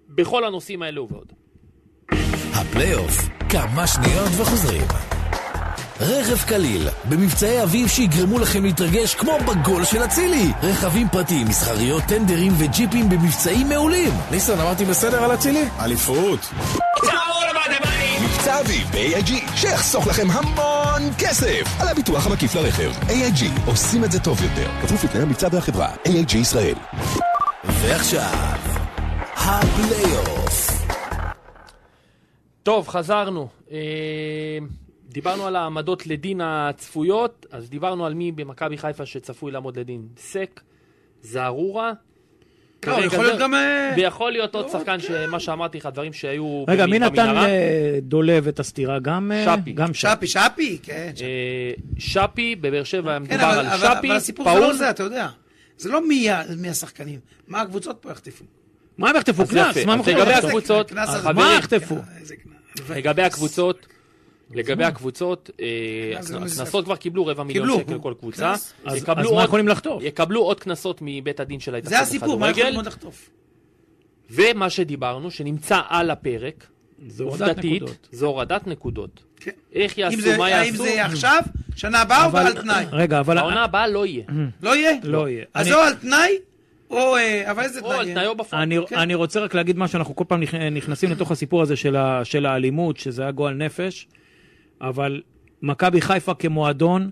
בכל הנושאים האלו ועוד.
הפלייאוף, כמה שניות וחוזרים. רכב קליל, במבצעי אביב שיגרמו לכם להתרגש כמו בגול של אצילי. רכבים פרטיים, מסחריות, טנדרים וג'יפים במבצעים מעולים.
ניסן, אמרתי בסדר על אצילי? אליפות.
מבצע אביב ב-AIG, שיחסוך לכם המון כסף על הביטוח המקיף לרכב. AIG, עושים את זה טוב יותר. כפוף לתנאי המבצע והחברה. AIG ישראל.
ועכשיו, הפלייאוף.
טוב, חזרנו. אה, דיברנו על העמדות לדין הצפויות, אז דיברנו על מי במכבי חיפה שצפוי לעמוד לדין. סק, זערורה.
לא, הוא
כרגע
יכול להיות
זה-
גם... אה, כן.
ויכול להיות עוד שחקן, שמה שאמרתי לך, דברים שהיו
רגע,
במ-
מי נתן
במנהרה.
לדולב את הסטירה? גם אה,
שפי.
גם שפי.
שפי, שפי, כן. שפי.
אה, שפי, בבאר שבע היה
כן,
מדובר
אבל,
על
אבל,
שפי,
אבל הסיפור זה
פאון,
לא זה, אתה יודע. זה לא מי, ה- מי השחקנים, מה הקבוצות פה יחטפו. לא,
מה הם יחטפו?
אז יפה.
קנס, מה הם
אז
יכולים
לגבי
לחטוף?
הקבוצות,
הקנס הזה-
החברים,
מה יחטפו?
איזה גנב.
לגבי הקבוצות, לגבי הקבוצות, אה,
קנס זה לא
הקנסות
משחק.
כבר קיבלו רבע מיליון
קיבלו.
שקל כל קבוצה.
קנס.
אז-
יקבלו
אז
עוד-
מה יכולים לחטוף?
יקבלו עוד קנסות מבית הדין של
זה
ההתאחדות
הסיפור, מה יכולים
לכדורגל.
עוד לחטוף?
ומה שדיברנו, שנמצא על הפרק,
זה הורדת
עובדתית,
נקודות.
זה הורדת נקודות.
כן.
איך
אם
יעשו,
זה-
מה
האם
יעשו,
זה יהיה עכשיו, שנה הבאה או
אבל-
על תנאי?
רגע, אבל...
העונה הבאה לא יהיה.
לא יהיה?
לא יהיה.
אז
אני-
או על תנאי, או... אה, אבל איזה
או על
תנאי
תנאי
יהיה?
או בפועל.
אני, כן. אני רוצה רק להגיד משהו, אנחנו כל פעם נכ- אה, נכנסים לתוך הסיפור הזה של, ה, של האלימות, שזה היה גועל נפש, אבל מכבי חיפה כמועדון,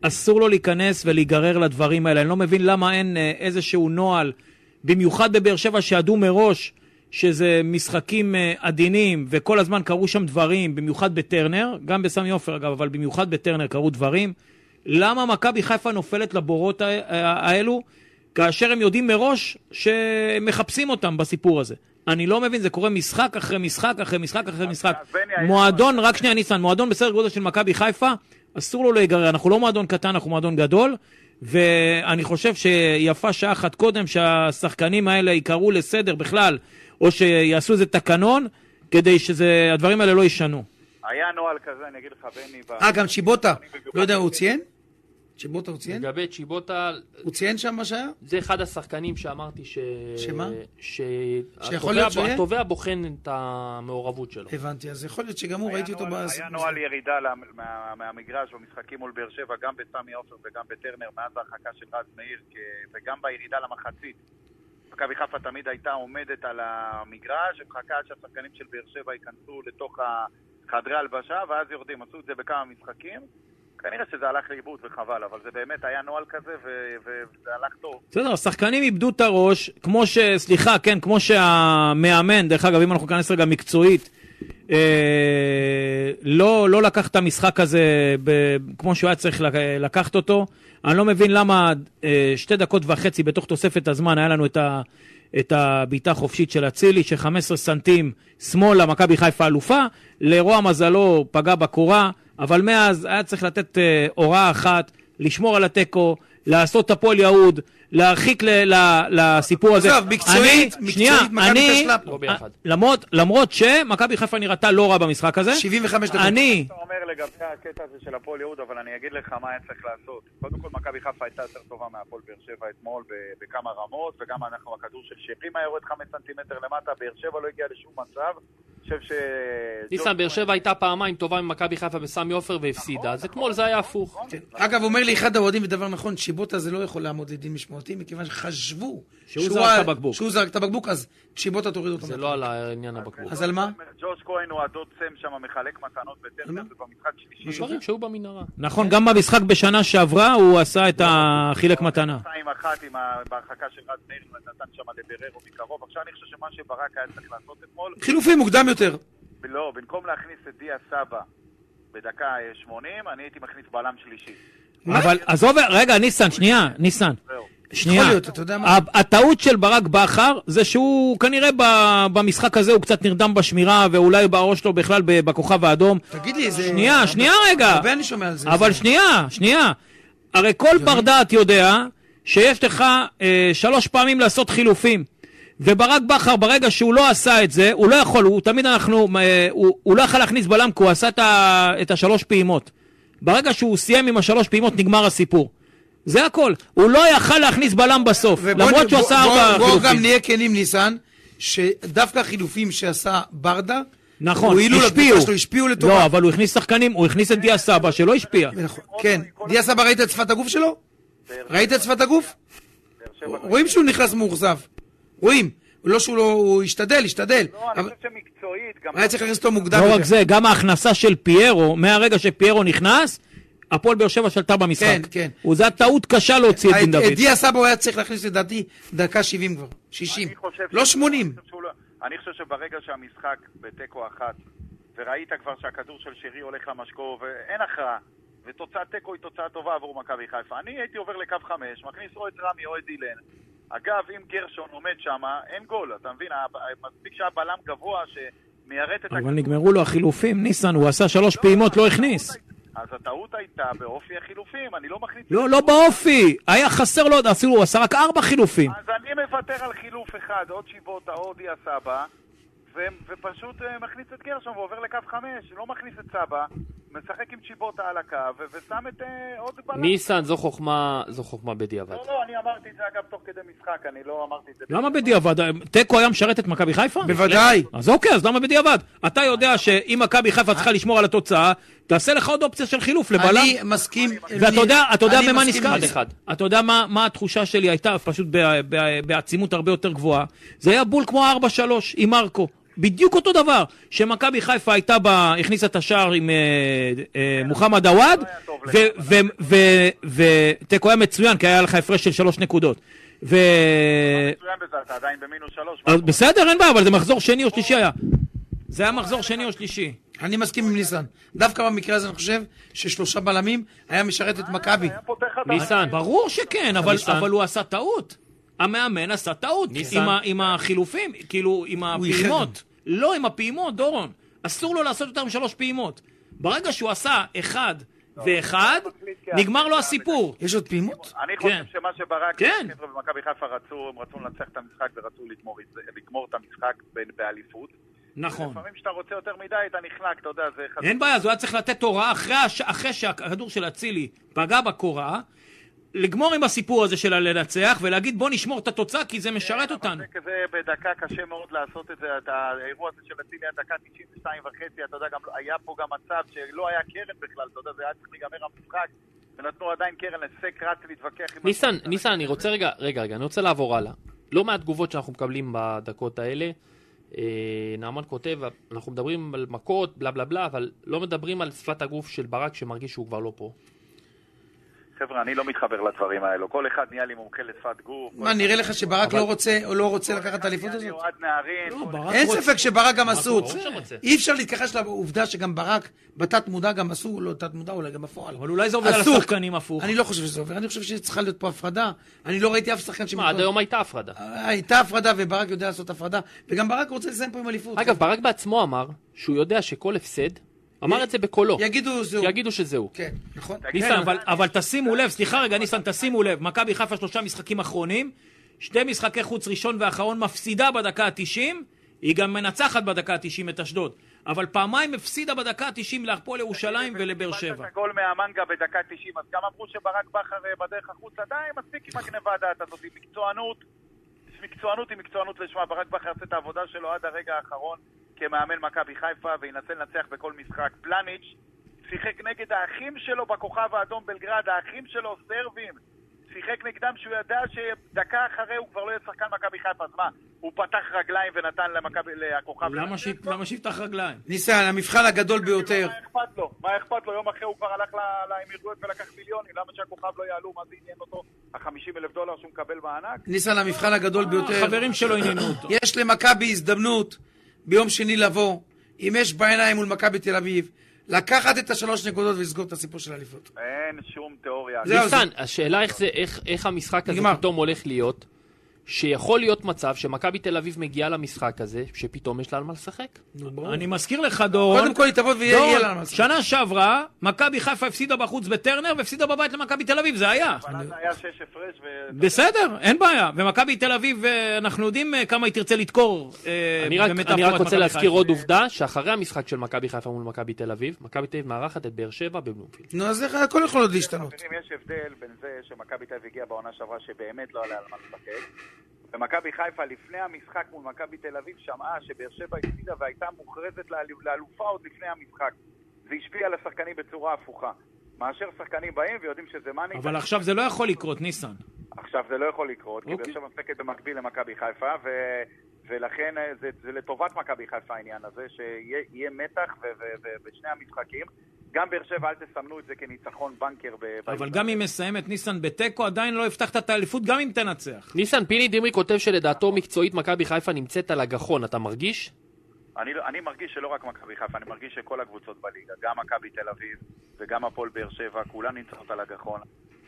אסור לו להיכנס ולהיגרר לדברים האלה. אני לא מבין למה אין אה, איזשהו נוהל, במיוחד בבאר שבע, שידעו מראש שזה משחקים אה, עדינים, וכל הזמן קרו שם דברים, במיוחד בטרנר, גם בסמי עופר אגב, אבל במיוחד בטרנר קרו דברים. למה מכבי חיפה נופלת לבורות ה- ה- האלו, כאשר הם יודעים מראש שמחפשים אותם בסיפור הזה? אני לא מבין, זה קורה משחק אחרי משחק אחרי משחק אחרי משחק.
אז בני, היה-
מועדון, רק שנייה ניסן, מועדון בסדר גודל של מכבי חיפה, אסור לו להיגרר, אנחנו לא מועדון קטן, אנחנו מועדון גדול, ואני חושב שיפה שעה אחת קודם שהשחקנים האלה ייקראו לסדר בכלל, או שיעשו איזה תקנון, כדי שהדברים האלה לא יישנו.
היה נוהל כזה, אני אגיד לך, בני, ב-
אה, גם שיבוטה. לא יודע, הוא ציין? שיבוטה הוא ציין?
כן. לגבי לא. צ'יבוטה,
הוא ציין שם מה שהיה?
זה אחד השחקנים שאמרתי ש...
שמה?
ש...
שיכול להיות
התובע-
שיהיה?
התובע בוחן את המעורבות שלו.
הבנתי, אז יכול להיות שגם הוא, ראיתי אותו
היה נוהל-
בסיפור
היה
הזה.
נוהל ירידה לה- מה- מהמגרש במשחקים מול באר שבע, גם בסמי עופר וגם בטרנר, מאז ההרחקה של רז מאיר, כ- וגם בירידה למחצית. מכבי חיפה תמיד הייתה עומדת על המגרש, ומחכה עד שהשחקנים של באר שבע ייכנסו לתוך ה- חדרי הלבשה, ואז יורדים. עשו את זה בכמה משחקים. כנראה שזה הלך לאיבוד וחבל, אבל זה באמת היה נוהל כזה ו- ו- וזה הלך טוב.
בסדר, השחקנים איבדו את הראש, כמו ש... סליחה, כן, כמו שהמאמן, דרך אגב, אם אנחנו ניכנס רגע מקצועית, אה, לא, לא לקח את המשחק הזה ב, כמו שהוא היה צריך לק- לקחת אותו. אני לא מבין למה אה, שתי דקות וחצי בתוך תוספת הזמן היה לנו את, ה, את הבעיטה החופשית של אצילי, ש-15 סנטים שמאלה, מכבי חיפה אלופה, לרוע מזלו פגע בקורה, אבל מאז היה צריך לתת אה, הוראה אחת, לשמור על התיקו, לעשות את הפועל יהוד, להרחיק ל- ל- לסיפור הזה.
עזוב, מקצועית,
אני-
מקצועית,
שנייה,
מכבי
אני-
כשלה פה.
לא ביחד.
למרות- למרות שמכבי חיפה נראתה לא רע במשחק הזה,
75 דקות.
אני,
אתה אומר לגבי הקטע הזה של הפועל יהוד, אבל אני אגיד לך מה היה צריך לעשות. קודם כל, מכבי חיפה הייתה יותר טובה מהפועל באר שבע אתמול ב- בכמה רמות, וגם אנחנו, הכדור של שרים היה יורד חמש סנטימטר למטה, באר שבע לא הגיעה לשום מצב. אני חושב ש...
ניסן, באר שבע הייתה פעמיים טובה ממכבי חיפה בסמי עופר והפסידה, אז אתמול זה היה הפוך.
אגב, אומר לי אחד האוהדים, ודבר נכון, שיבוטה זה לא יכול לעמוד לדין משמעתי, מכיוון שחשבו
שהוא זרק את
ה-
הבקבוק.
שהוא זרק את הבקבוק, אז שיבוטה תוריד אותו.
זה
מה-
לא על העניין הבקבוק.
אז על מה?
ג'וש כהן הוא הדוד סם שם, מחלק מתנות בטרנר, ובמשחק שלישי...
דברים שהיו במנהרה.
נכון, גם במשחק בשנה שעברה הוא עשה את החילק מתנה.
2-1 עם ה- בהרחקה של רז מאיר, נתן שם לבררו מקרוב. עכשיו אני חושב שמה שברק היה צריך לעשות אתמול,
חילופים מוקדם יותר.
לא, במקום להכניס את דיה סבא בדקה אה, 80, אני הייתי מכניס בלם שלישי.
אבל עזוב, רגע, ניסן, שנייה, ניסן.
זהו.
שנייה.
יכול להיות, אתה יודע מה?
ה- הטעות של ברק בכר זה שהוא כנראה ב- במשחק הזה הוא קצת נרדם בשמירה ואולי בראש שלו בכלל ב- בכוכב האדום.
תגיד לי, זה...
שנייה, שנייה רגע.
הרבה אני שומע על זה.
אבל
זה-
שנייה, שנייה. הרי כל בר דעת יודע שיש לך אה, שלוש פעמים לעשות חילופים. וברק בכר, ברגע שהוא לא עשה את זה, הוא לא יכול, הוא תמיד אנחנו, אה, הוא, הוא לא יכול להכניס בלם כי הוא עשה את, ה, את השלוש פעימות. ברגע שהוא סיים עם השלוש פעימות, נגמר הסיפור. זה הכל. הוא לא יכל להכניס בלם בסוף,
ובוא-
למרות שהוא
בוא-
עשה
בוא-
ארבע
בוא גם
חילופים.
נהיה כנים, ניסן, שדווקא החילופים שעשה ברדה,
נכון,
הועילו
השפיעו.
לקבוצה שלו, השפיעו לטובה.
לא, אבל הוא הכניס שחקנים, הוא הכניס את דיה סבא שלא השפיע.
נכון, כן. דיה סבא, ראית את שפת הגוף שלו? ראית את שפת הגוף? רואים שהוא נכנס מאוכזב. רואים. לא שהוא לא... הוא השתדל, השתדל.
לא, אני
אבל-
חושב שמקצועית, גם...
היה צריך להכניס אותו מוקדם.
לא
יותר.
רק זה, גם ההכנסה של פיירו, מהרגע שפיירו נכנס, הפועל באר שבע שלטה במשחק.
כן, כן.
הוא- זה היה טעות קשה להוציא את דין
אה, את- את
דוד.
דיה סבא הוא היה צריך להכניס לדעתי דקה 70 כבר, 60.
אני חושב
לא
ש-
80.
אני חושב שהוא לא- אני חושב שברגע שהמשחק בתיקו אחת, וראית כבר שהכדור של שרי הולך למשקוף, ואין הכרעה, ותוצאת תיקו היא תוצאה טובה עבור מכבי חיפה. אני הייתי עובר לקו חמש, מכניס או את רמי או את אילן. אגב, אם גרשון עומד שם, אין גול, אתה מבין? ה- מספיק שהבלם גבוה שמיירט את
אבל נגמרו לו החילופים, ניסן, הוא עשה שלוש פעימות, לא הכניס.
אז הטעות הייתה באופי החילופים, אני לא מכניס...
לא, לא באופי, היה חסר לו, עוד- אפילו הוא עשה רק ארבע חילופים.
אז אני מוותר על חילוף אחד, עוד שיבוטה, עוד דיה סבא, ו- ופשוט אה, מכניס את גרשון ועובר לקו חמש, לא מכניס את סבא, משחק עם צ'יבוטה על הקו, ו- ושם את אה, עוד בלם.
ניסן, זו חוכמה, זו חוכמה בדיעבד.
לא, לא, אני אמרתי את זה אגב תוך כדי משחק, אני לא אמרתי את זה.
למה בדיעבד? תיקו היה משרת את מכבי חיפה?
בוודאי.
אז אוקיי, אז למה בדיעבד? אתה יודע שאם מכבי חיפה צריכה לשמור על התוצאה, תעשה לך עוד אופציה של חילוף לבלם.
אני מסכים.
ואתה יודע, אתה יודע
אני
במה
מסכים עם
נזכרתי?
זה.
אחד.
אתה יודע מה, מה התחושה שלי הייתה, פשוט ב- ב- בעצימות הרבה יותר גבוהה? זה היה בול כמו 4-3 עם מרקו. בדיוק אותו דבר, שמכבי חיפה הייתה ב... הכניסה את השער עם אה, אה, מוחמד עוואד, ותיקו היה מצוין, כי היה לך הפרש של שלוש נקודות. ו...
מצוין בזה, אתה עדיין במינוס שלוש.
אז בסדר, אין בעיה, אבל זה מחזור שני או שלישי היה. זה היה מחזור שני או שלישי.
אני מסכים עם ניסן. דווקא במקרה הזה אני חושב ששלושה בלמים היה משרת את מכבי.
אה, היה פותח לך את
ניסן,
ברור שכן, אבל,
ניסן.
אבל הוא עשה טעות. המאמן עשה טעות
ניסן.
עם, ה, עם החילופים, כאילו עם
איחר.
הפעימות. לא, עם הפעימות, דורון. אסור לו לעשות יותר משלוש פעימות. ברגע שהוא עשה אחד ואחד, נגמר לו הסיפור.
יש עוד פעימות?
אני חושב
כן.
שמה שברק,
כן.
החבר'ה במכבי חיפה רצו, הם רצו לנצח את המשחק ורצו לגמור את זה- לגמור את המשחק ב- באליפות.
נכון.
לפעמים כשאתה רוצה יותר מדי, אתה נחנק, אתה יודע, זה חזק.
אין בעיה, אז הוא היה צריך לתת הוראה אחרי, הש... אחרי שהכדור של אצילי פגע בקורה, לגמור עם הסיפור הזה של הלנצח ולהגיד בוא נשמור את התוצאה כי זה משרת אותנו.
זה כזה בדקה קשה מאוד לעשות את זה, את האירוע הזה של אצילי הדקה 92 וחצי, אתה יודע, גם היה פה גם מצב שלא היה קרן בכלל, אתה יודע, זה היה צריך להיגמר המשחק, ונתנו עדיין קרן לסק רץ להתווכח עם...
ניסן,
השופט.
ניסן, אני רוצה רגע, רגע, רגע, אני רוצה לעבור הלאה. לא מהתגובות שאנחנו מקבלים בדקות האלה. אה, נעמן כותב, אנחנו מדברים על מכות, בלה בלה בלה, אבל לא מדברים על שפת הגוף של ברק שמרגיש שהוא כבר לא פה.
חבר'ה, אני לא מתחבר לדברים האלו, כל אחד נהיה לי מומחה לשפת גוף.
מה, נראה לך שברק לא רוצה או לא רוצה לקחת את האליפות
אני
הזאת?
אוהד נהרין.
לא,
כל-
אין ספק שברק גם עשו.
ברור שרוצה.
אי אפשר להתכחש לעובדה שגם ברק, בתת מודע גם עשו, לא תת מודע, אולי גם בפועל.
אבל אולי זה עובד על
עסוק.
השחקנים הפוך.
אני לא חושב שזה עובר, אני חושב שצריכה להיות פה הפרדה. אני לא ראיתי אף שחקן
מה, עד
שמתמודד.
היום הייתה הפרדה.
הייתה הפרדה, וברק יודע לעשות הפרדה, וגם ברק רוצה לסיים פה עם אליפות.
אגב, ברק בעצמו אמר שהוא יודע שכל הפסד אמר את זה בקולו.
יגידו זהו.
יגידו שזהו.
כן, נכון.
ניסן,
ניסן, אבל, אבל תשימו לב, סליחה רגע, ניסן, תשימו לב, מכבי חיפה שלושה משחקים אחרונים, שתי משחקי חוץ ראשון ואחרון, מפסידה בדקה ה-90, היא גם מנצחת בדקה ה-90 את אשדוד, אבל פעמיים הפסידה בדקה ה-90 להפועל ירושלים ולבאר
קיבלת
שבע.
את הגול מהמנגה בדקה 90, אז גם אמרו שברק בכר אה, בדרך החוצה, די, מספיק עם הגניבה הדעת הזאת, עם מקצוענות. מקצוענות היא מקצוענות לשמה, ברק בכר יעשה את העבודה שלו עד הרגע האחרון כמאמן מכבי חיפה וינסה לנצח בכל משחק. פלניץ' שיחק נגד האחים שלו בכוכב האדום בלגרד, האחים שלו סרבים. שיחק נגדם שהוא ידע שדקה אחרי הוא כבר לא יהיה שחקן מכבי חיפה, אז מה, הוא פתח רגליים ונתן למכבי, לכוכב...
למה
לנצח?
ש- למה שיפתח רגליים?
ניסן, המבחן הגדול ביותר.
מה אכפת לו? מה אכפת לו? יום אחרי הוא כבר הלך ל- לאמירויות ולקח מיליונים, למה שהכוכב לא יעלו? מה זה עניין אותו? החמישים אלף דולר שהוא מקבל מענק?
ניסן, המבחן הגדול
אה,
ביותר.
החברים שלו עניינו אותו.
יש למכבי הזדמנות ביום שני לבוא, עם אש בעיניים מול מכבי תל אביב, לקחת את השלוש נקודות ולסגור את הסיפור של האליפות.
אה,
אין שום תיאוריה.
זהו,
ניסן, השאלה איך זה, איך, איך המשחק הזה
נגמר.
פתאום הולך להיות, שיכול להיות מצב שמכבי תל אביב מגיעה למשחק הזה, שפתאום יש לה על מה לשחק.
אני מזכיר לך, דורון,
קודם כל היא תבוא ויהיה יהיה לה
דורון,
מה לעשות.
שנה שעברה, מכבי חיפה הפסידה בחוץ בטרנר והפסידה בבית למכבי תל אביב, זה היה.
אבל אז היה שש הפרש ו...
בסדר, אין בעיה. ומכבי תל אביב, אה, אנחנו יודעים אה, כמה היא תרצה לדקור. אה,
אני רק,
במטאפורת
אני רק
מכבי
רוצה להזכיר
חיפה.
עוד עובדה, שאחרי המשחק של מכבי חיפה מול מכבי תל אביב, מכבי תל אביב מארחת את באר שבע בבלומפילד.
נו, אז איך הכל יכול עוד להשתנות.
חברים, יש הבדל בין זה שמכבי תל אביב הגיעה בעונה שעברה שבאמת לא היה על מה לשחק, ומכבי חיפה לפני המשחק מול מכבי תל אביב שמעה שבאר שבע הפסידה והייתה מוכרזת לאל- לאלופה עוד לפני המשחק. זה השפיע על השחקנים בצורה הפוכה. מאשר שחקנים באים ויודעים שזה מאני,
אבל עכשיו זה לא יכול לקרות, ניסן.
עכשיו זה לא יכול לקרות, כי באר
אוקיי.
שבע משחקת במקביל למכבי חיפה, ו... ולכן אה, זה, זה לטובת מכבי חיפה העניין הזה, שיהיה יהיה מתח ו- ו- ו- בשני המשחקים. גם באר שבע, אל תסמנו את זה כניצחון בנקר. ב-
אבל
במשחק.
גם אם מסיימת ניסן בתיקו, עדיין לא הבטחת את האליפות, גם אם תנצח.
ניסן, פיני דמרי כותב שלדעתו מקצועית מכבי חיפה נמצאת על הגחון, אתה מרגיש?
אני, לא- אני מרגיש שלא רק מכבי חיפה, אני מרגיש שכל הקבוצות בליגה, גם מכבי תל אביב וגם הפועל באר שבע, כולן נמצאות על הגחון.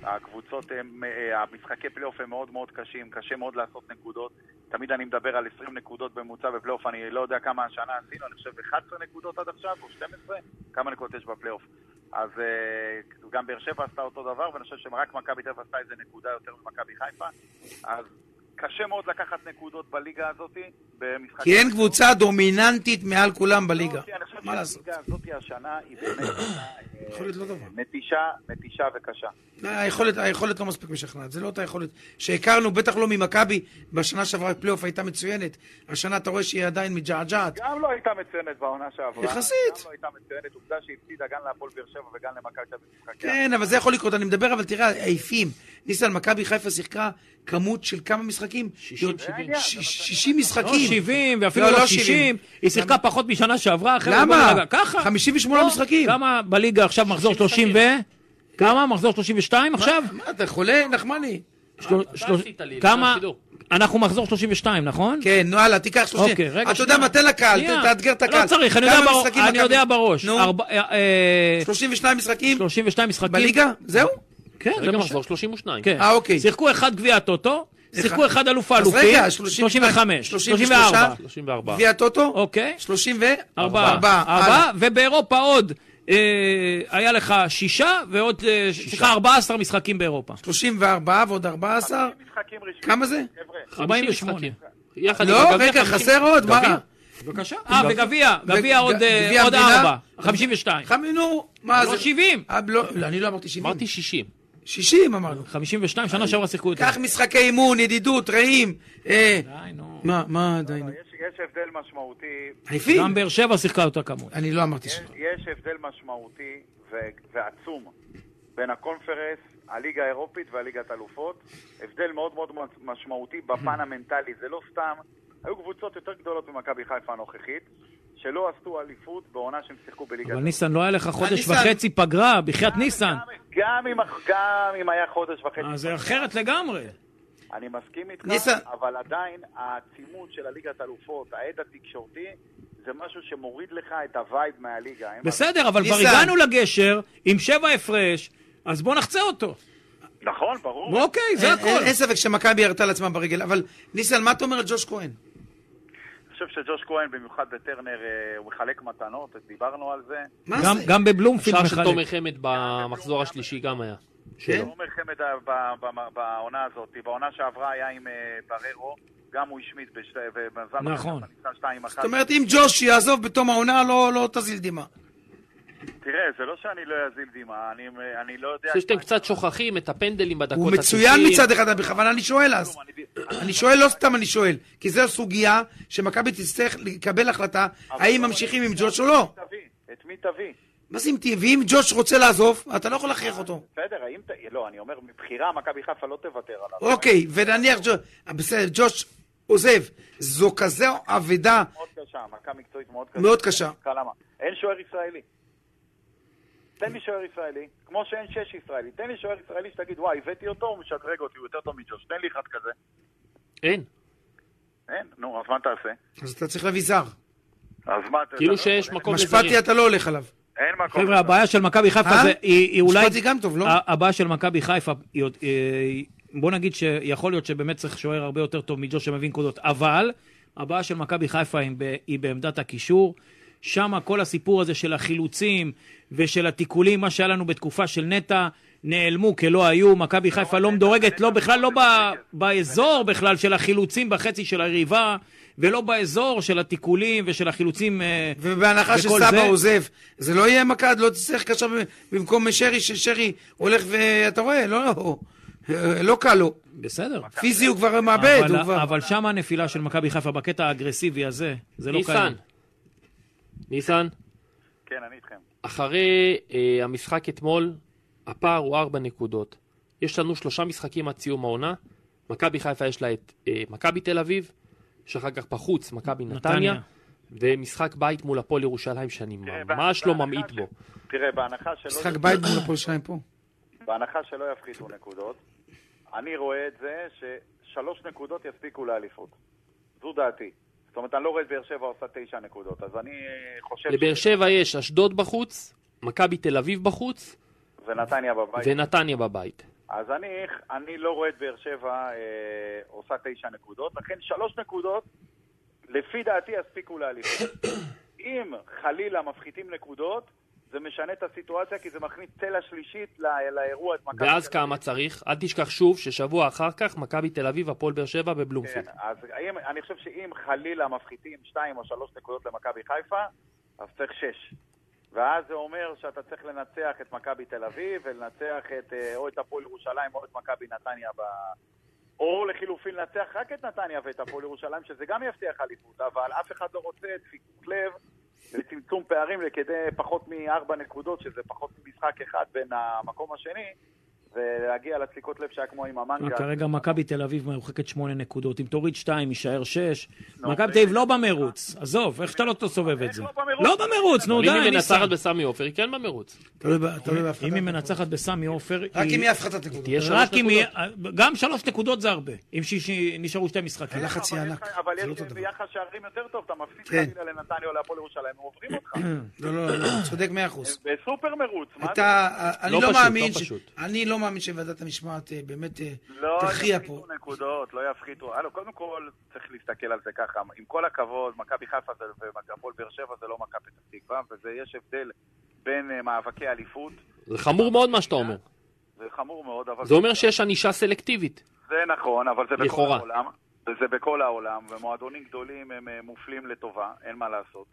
הקבוצות, הם, אה, המשחקי פלייאוף הם מאוד מאוד קשים, קשה מאוד לעשות נקודות. תמיד אני מדבר על 20 נקודות בממוצע בפלייאוף, אני לא יודע כמה השנה עשינו, אני חושב 11 נקודות עד עכשיו, או 12, כמה נקודות יש בפלייאוף. אז אה, גם באר שבע עשתה אותו דבר, ואני חושב שרק מכבי תל אביב עשתה איזה נקודה יותר ממכבי חיפה. אז קשה מאוד לקחת נקודות בליגה הזאת, במשחק...
כי אין קבוצה דומיננטית מעל כולם בליגה.
לא, כי אני חושב
מה לעשות?
שהליגה הזאת השנה היא באמת אה,
יכול להיות לא טובה.
מתישה, מתישה וקשה.
היכולת, היכולת לא מספיק משכנעת, זה לא אותה יכולת שהכרנו, בטח לא ממכבי, בשנה שעברה פלייאוף הייתה מצוינת, השנה אתה רואה שהיא עדיין מג'עג'עת.
גם לא הייתה מצוינת בעונה שעברה.
יחסית.
גם לא הייתה מצוינת, עובדה שהיא הפסידה גם להפועל באר שבע וגם למכבי תל אביב במשחקי
כן, אבל זה יכול לקרות, אני מדבר, אבל תראה, עייפים. ניסן, מכבי חיפה שיחקה כמות של כמה משחקים? 60, 70. 60
לא
משחקים.
70 ואפילו
לא,
לא
לא
60,
70.
היא שיחקה פחות משנה שעברה. חבר'ה,
למה?
בואו נירגע. ככה.
58
לא,
משחקים.
כמה בליגה עכשיו מחזור 30 ו... כמה? מחזור 32 עכשיו?
מה, אתה חולה, נחמני?
שלו-
אתה
שלוש-
עשית לי, לפני
כמה?
השידור.
אנחנו מחזור 32, נכון?
כן, נו, הלאה, תיקח 30.
אוקיי, רגע,
אתה יודע מה, תן לקהל,
שנייה.
תאתגר את הקהל.
לא צריך, אני
כמה
יודע בראש-
משחקים
אני
מכבי-
יודע בראש.
נו,
ארבע- אה, אה,
32 משחקים
32 משחקים.
בליגה? זהו?
כן, זה
רגע,
מה ש...
מחזור 32.
כן.
אה, אוקיי.
שיחקו אחד גביע הטוטו, שיחקו אחד אלוף האלופים.
אז רגע,
35,
33,
34.
34.
גביע הטוטו?
אוקיי.
34.
ארבעה.
הלאה.
ארבעה, ובאירופה עוד אה, היה לך שישה, ועוד, אה, סליחה, 14 משחקים באירופה.
34 ועוד 14.
משחקים רשמיים.
כמה זה?
חבר'ה,
50
48.
משחקים. יחד עם
לא,
הגביע,
רגע,
50.
חסר עוד, מה
גביע.
רע?
בבקשה. אה, וגביע,
ו-
גביע
ג-
עוד אה,
גביע
עוד
המדינה?
ארבע. 52.
חמי, נו, מה זה?
לא 70.
אה, לא, לא, אני לא אמרתי 70.
אמרתי 60.
60 אמרנו.
52, שנה שעברה שיחקו יותר.
קח משחקי אימון, ידידות, רעים. אה,
די, נו.
מה, מה, די, נו.
יש- יש הבדל משמעותי
עייפים?
גם באר שבע שיחקה אותה כמות.
אני לא אמרתי
יש-
שלא.
יש הבדל משמעותי ו- ועצום בין הקונפרנס, הליגה האירופית והליגת אלופות. הבדל מאוד מאוד מש- משמעותי
Mhm.
בפן המנטלי. זה לא סתם, היו קבוצות יותר גדולות ממכבי חיפה הנוכחית, שלא עשו אליפות בעונה שהם שיחקו בליגת...
אבל ניסן, לא היה לך חודש
ניסן- אה,
וחצי פגרה, בחייאת ניסן.
גם אם, גם אם היה חודש וחצי,
אה, זה אחרת לגמרי.
אני מסכים איתך,
ניסן.
אבל עדיין העצימות של הליגת אלופות, העד התקשורתי, זה משהו שמוריד לך את הווייב מהליגה. אין מה
בסדר, אבל כבר
ניסן.
הגענו לגשר עם שבע הפרש, אז בוא נחצה אותו.
לעשות. נכון, ברור.
אה,
אוקיי, זה
אין- אין
הכל.
אין ספק שמכבי ירתה לעצמה ברגל, אבל ניסן, מה אתה אומר על ג'וש כהן?
אני חושב שג'וש כהן, במיוחד בטרנר, אה, הוא מחלק מתנות, דיברנו על זה.
מה
גם-
זה?
גם בבלומפילד
שער של
מחלק.
תומר חמד במחזור השלישי גם היה.
כן.
עומר חמד ה- ב- ב- בעונה הזאת, בעונה שעברה היה עם אה, בררו, גם הוא השמיט בשתי... ובמזל
נכון.
בניצחה 2-1.
זאת אומרת, אם ג'וש יעזוב בתום העונה, לא לא תזיל דמעה.
תראה, זה לא שאני לא אזיל דמעה, אני, אני לא יודע...
אני חושב שאתם קצת שוכחים את הפנדלים בדקות
הוא מצוין
ה-90.
מצד אחד, אבל בכוונה אני שואל אז.
לא,
אני שואל, לא סתם אני שואל, כי זו סוגיה שמכבי תצטרך לקבל החלטה האם ממשיכים עם ג'וש או לא.
תביא, את מי תביא?
מה זה אם תהיה? ואם ג'וש רוצה לעזוב, אתה לא יכול להכריח אותו.
בסדר, האם ת... לא, אני אומר, מבחירה, מכבי חיפה לא תוותר עליו.
אוקיי, ונניח ג'וש, בסדר, ג'וש עוזב. זו כזו אבדה.
מאוד קשה, מכה מקצועית מאוד קשה.
מאוד קשה.
קל למה? אין שוער ישראלי. תן לי שוער ישראלי, כמו שאין שש ישראלי. תן לי שוער ישראלי שתגיד, וואי, הבאתי אותו, הוא משדרג אותי, הוא יותר טוב מג'וש. תן לי אחד כזה.
אין.
אין, נו, אז מה תעשה?
אז אתה צריך להביא זר.
אז מה אתה...
כאילו
אתה לא
שיש
יכול,
מקום לזרים.
משפטי אתה לא הולך עליו.
אין- אין מקום.
חבר'ה, הבעיה של מכבי חיפה
אה?
זה, היא היא אולי...
משפטי גם טוב, לא?
ה- הבעיה של מכבי חיפה, היא עוד- אה, בוא נגיד שיכול להיות שבאמת צריך שוער הרבה יותר טוב מג'וש שמבין נקודות, אבל הבעיה של מכבי חיפה היא ב- היא בעמדת הקישור. שם כל הסיפור הזה של החילוצים ושל התיקולים, מה שהיה לנו בתקופה של נטע, נעלמו כלא היו. מכבי חיפה לא מדורגת, לא בכלל, לא ב- באזור בכלל של החילוצים בחצי של היריבה, ולא באזור של התיקולים ושל החילוצים. אה,
ובהנחה
וכל
שסבא
זה-
עוזב, זה לא יהיה מכד, לא תצטרך קשר במקום שרי, ששרי הולך ואתה רואה, לא, לא קל לו.
בסדר.
פיזי הוא כבר מאבד,
אבל-
הוא כבר...
אבל שם הנפילה של מכבי חיפה בקטע האגרסיבי הזה, זה לא
ניסן.
קיים.
ניסן,
כן, אני איתכם.
אחרי אה, המשחק אתמול, הפער הוא ארבע נקודות. יש לנו שלושה משחקים עד סיום העונה. מכבי חיפה יש לה את אה, מכבי תל אביב, שאחר כך בחוץ, מכבי נתניה,
נתניה.
ומשחק בית מול הפועל ירושלים שאני
תראה,
ממש
בה-
לא
בהנחה
ממעיט
ש-
בו.
תראה, בהנחה
משחק
שלא...
בית מול הפועל שניים פה.
בהנחה שלא יפחיתו נקודות, אני רואה את זה ששלוש נקודות יספיקו לאליפות. זו דעתי. זאת אומרת, אני לא רואה את באר שבע עושה תשע נקודות, אז אני חושב...
לבאר
ש-
שבע יש אשדוד בחוץ, מכבי תל אביב בחוץ,
ונתניה בבית.
ונתניה בבית.
אז אני, אני לא רואה את באר שבע אה, עושה תשע נקודות, לכן שלוש נקודות, לפי דעתי, יספיקו לאליפות. אם חלילה מפחיתים נקודות, זה משנה את הסיטואציה, כי זה מכניס צלע שלישית לא, לאירוע. את מכבי
ואז
תל
כמה צריך? אל תשכח שוב ששבוע אחר כך מכבי תל אביב, הפועל באר שבע בבלומפילד.
כן, אז האם, אני חושב שאם חלילה מפחיתים 2 או 3 נקודות למכבי חיפה, אז צריך 6. ואז זה אומר שאתה צריך לנצח את מכבי תל אביב ולנצח את, אה, או את הפועל ירושלים או את מכבי נתניה ב... או לחילופין לנצח רק את נתניה ואת הפועל ירושלים, שזה גם יבטיח אליפות, אבל אף אחד לא רוצה דפיקות לב וצמצום פערים לכדי פחות מארבע נקודות, שזה פחות ממשחק אחד בין המקום השני, ולהגיע לדפיקות לב שהיה כמו עם המנגה.
כרגע מכבי תל אביב מרוחקת שמונה נקודות, אם תוריד שתיים יישאר שש.
נו,
מכבי
זה-
תל אביב לא במרוץ, עזוב, איך אתה לא תסובב את זה?
לא במרוץ?
לא במרוץ, נו
אבל אם
די,
היא
ניסן.
מנצחת בסמי עופר, היא כן במרוץ.
תלוי ב- תלוי בהפחדה.
אם היא מנצחת בסמי עופר,
רק
היא-
אם יהיה הפחתת נקודות.
תהיה שלוש
רק אם
נקודות.
יהיה... גם שלוש נקודות זה הרבה, אם נשארו שתי משחקים.
הלחץ יהיה
אבל
ענק,
יש לך- אבל
זה לא
יש
אותו דבר.
ביחס שערים יותר טוב, אתה מפסיד
כן.
חלילה לנתניה או להפועל ירושלים, הם עוברים אותך.
לא, לא, לא, צודק מאה אחוז.
בסופר מרוץ, מה זה?
אתה, אני
לא
לא
פשוט,
מאמין,
לא
ש-
פשוט.
אני לא מאמין שוועדת המשמעת אה, באמת אה,
לא
תכריע פה.
יפחיתו נקודות, לא יפחיתו. הלו, קודם כל צריך להסתכל על זה ככה. עם כל הכבוד, מכבי חיפה זה- והפועל באר שבע זה לא מכבי פתח תקווה, ויש הבדל בין אה, מאבקי אליפות,
זה חמור מאוד מה שאתה אומר.
זה חמור מאוד, אבל...
זה אומר שיש ענישה סלקטיבית.
זה נכון, אבל זה בכל
לכאורה.
העולם. זה בכל העולם, ומועדונים גדולים הם אה, מופלים לטובה, אין מה לעשות.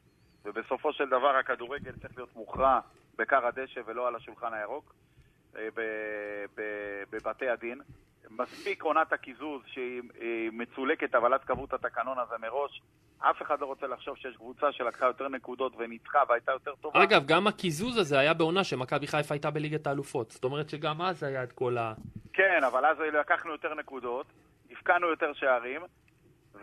ובסופו של דבר הכדורגל צריך להיות מוכרע בקר הדשא ולא על השולחן הירוק, אה, ב- ב- בבתי הדין. מספיק עונת הקיזוז שהיא היא מצולקת, אבל אז קבעו את התקנון הזה מראש. אף אחד לא רוצה לחשוב שיש קבוצה שלקחה יותר נקודות וניצחה והייתה יותר טובה.
אגב, גם הקיזוז הזה היה בעונה שמכבי חיפה הייתה בליגת האלופות. זאת אומרת שגם אז היה את כל ה...
כן, אבל אז לקחנו יותר נקודות, הבקענו יותר שערים,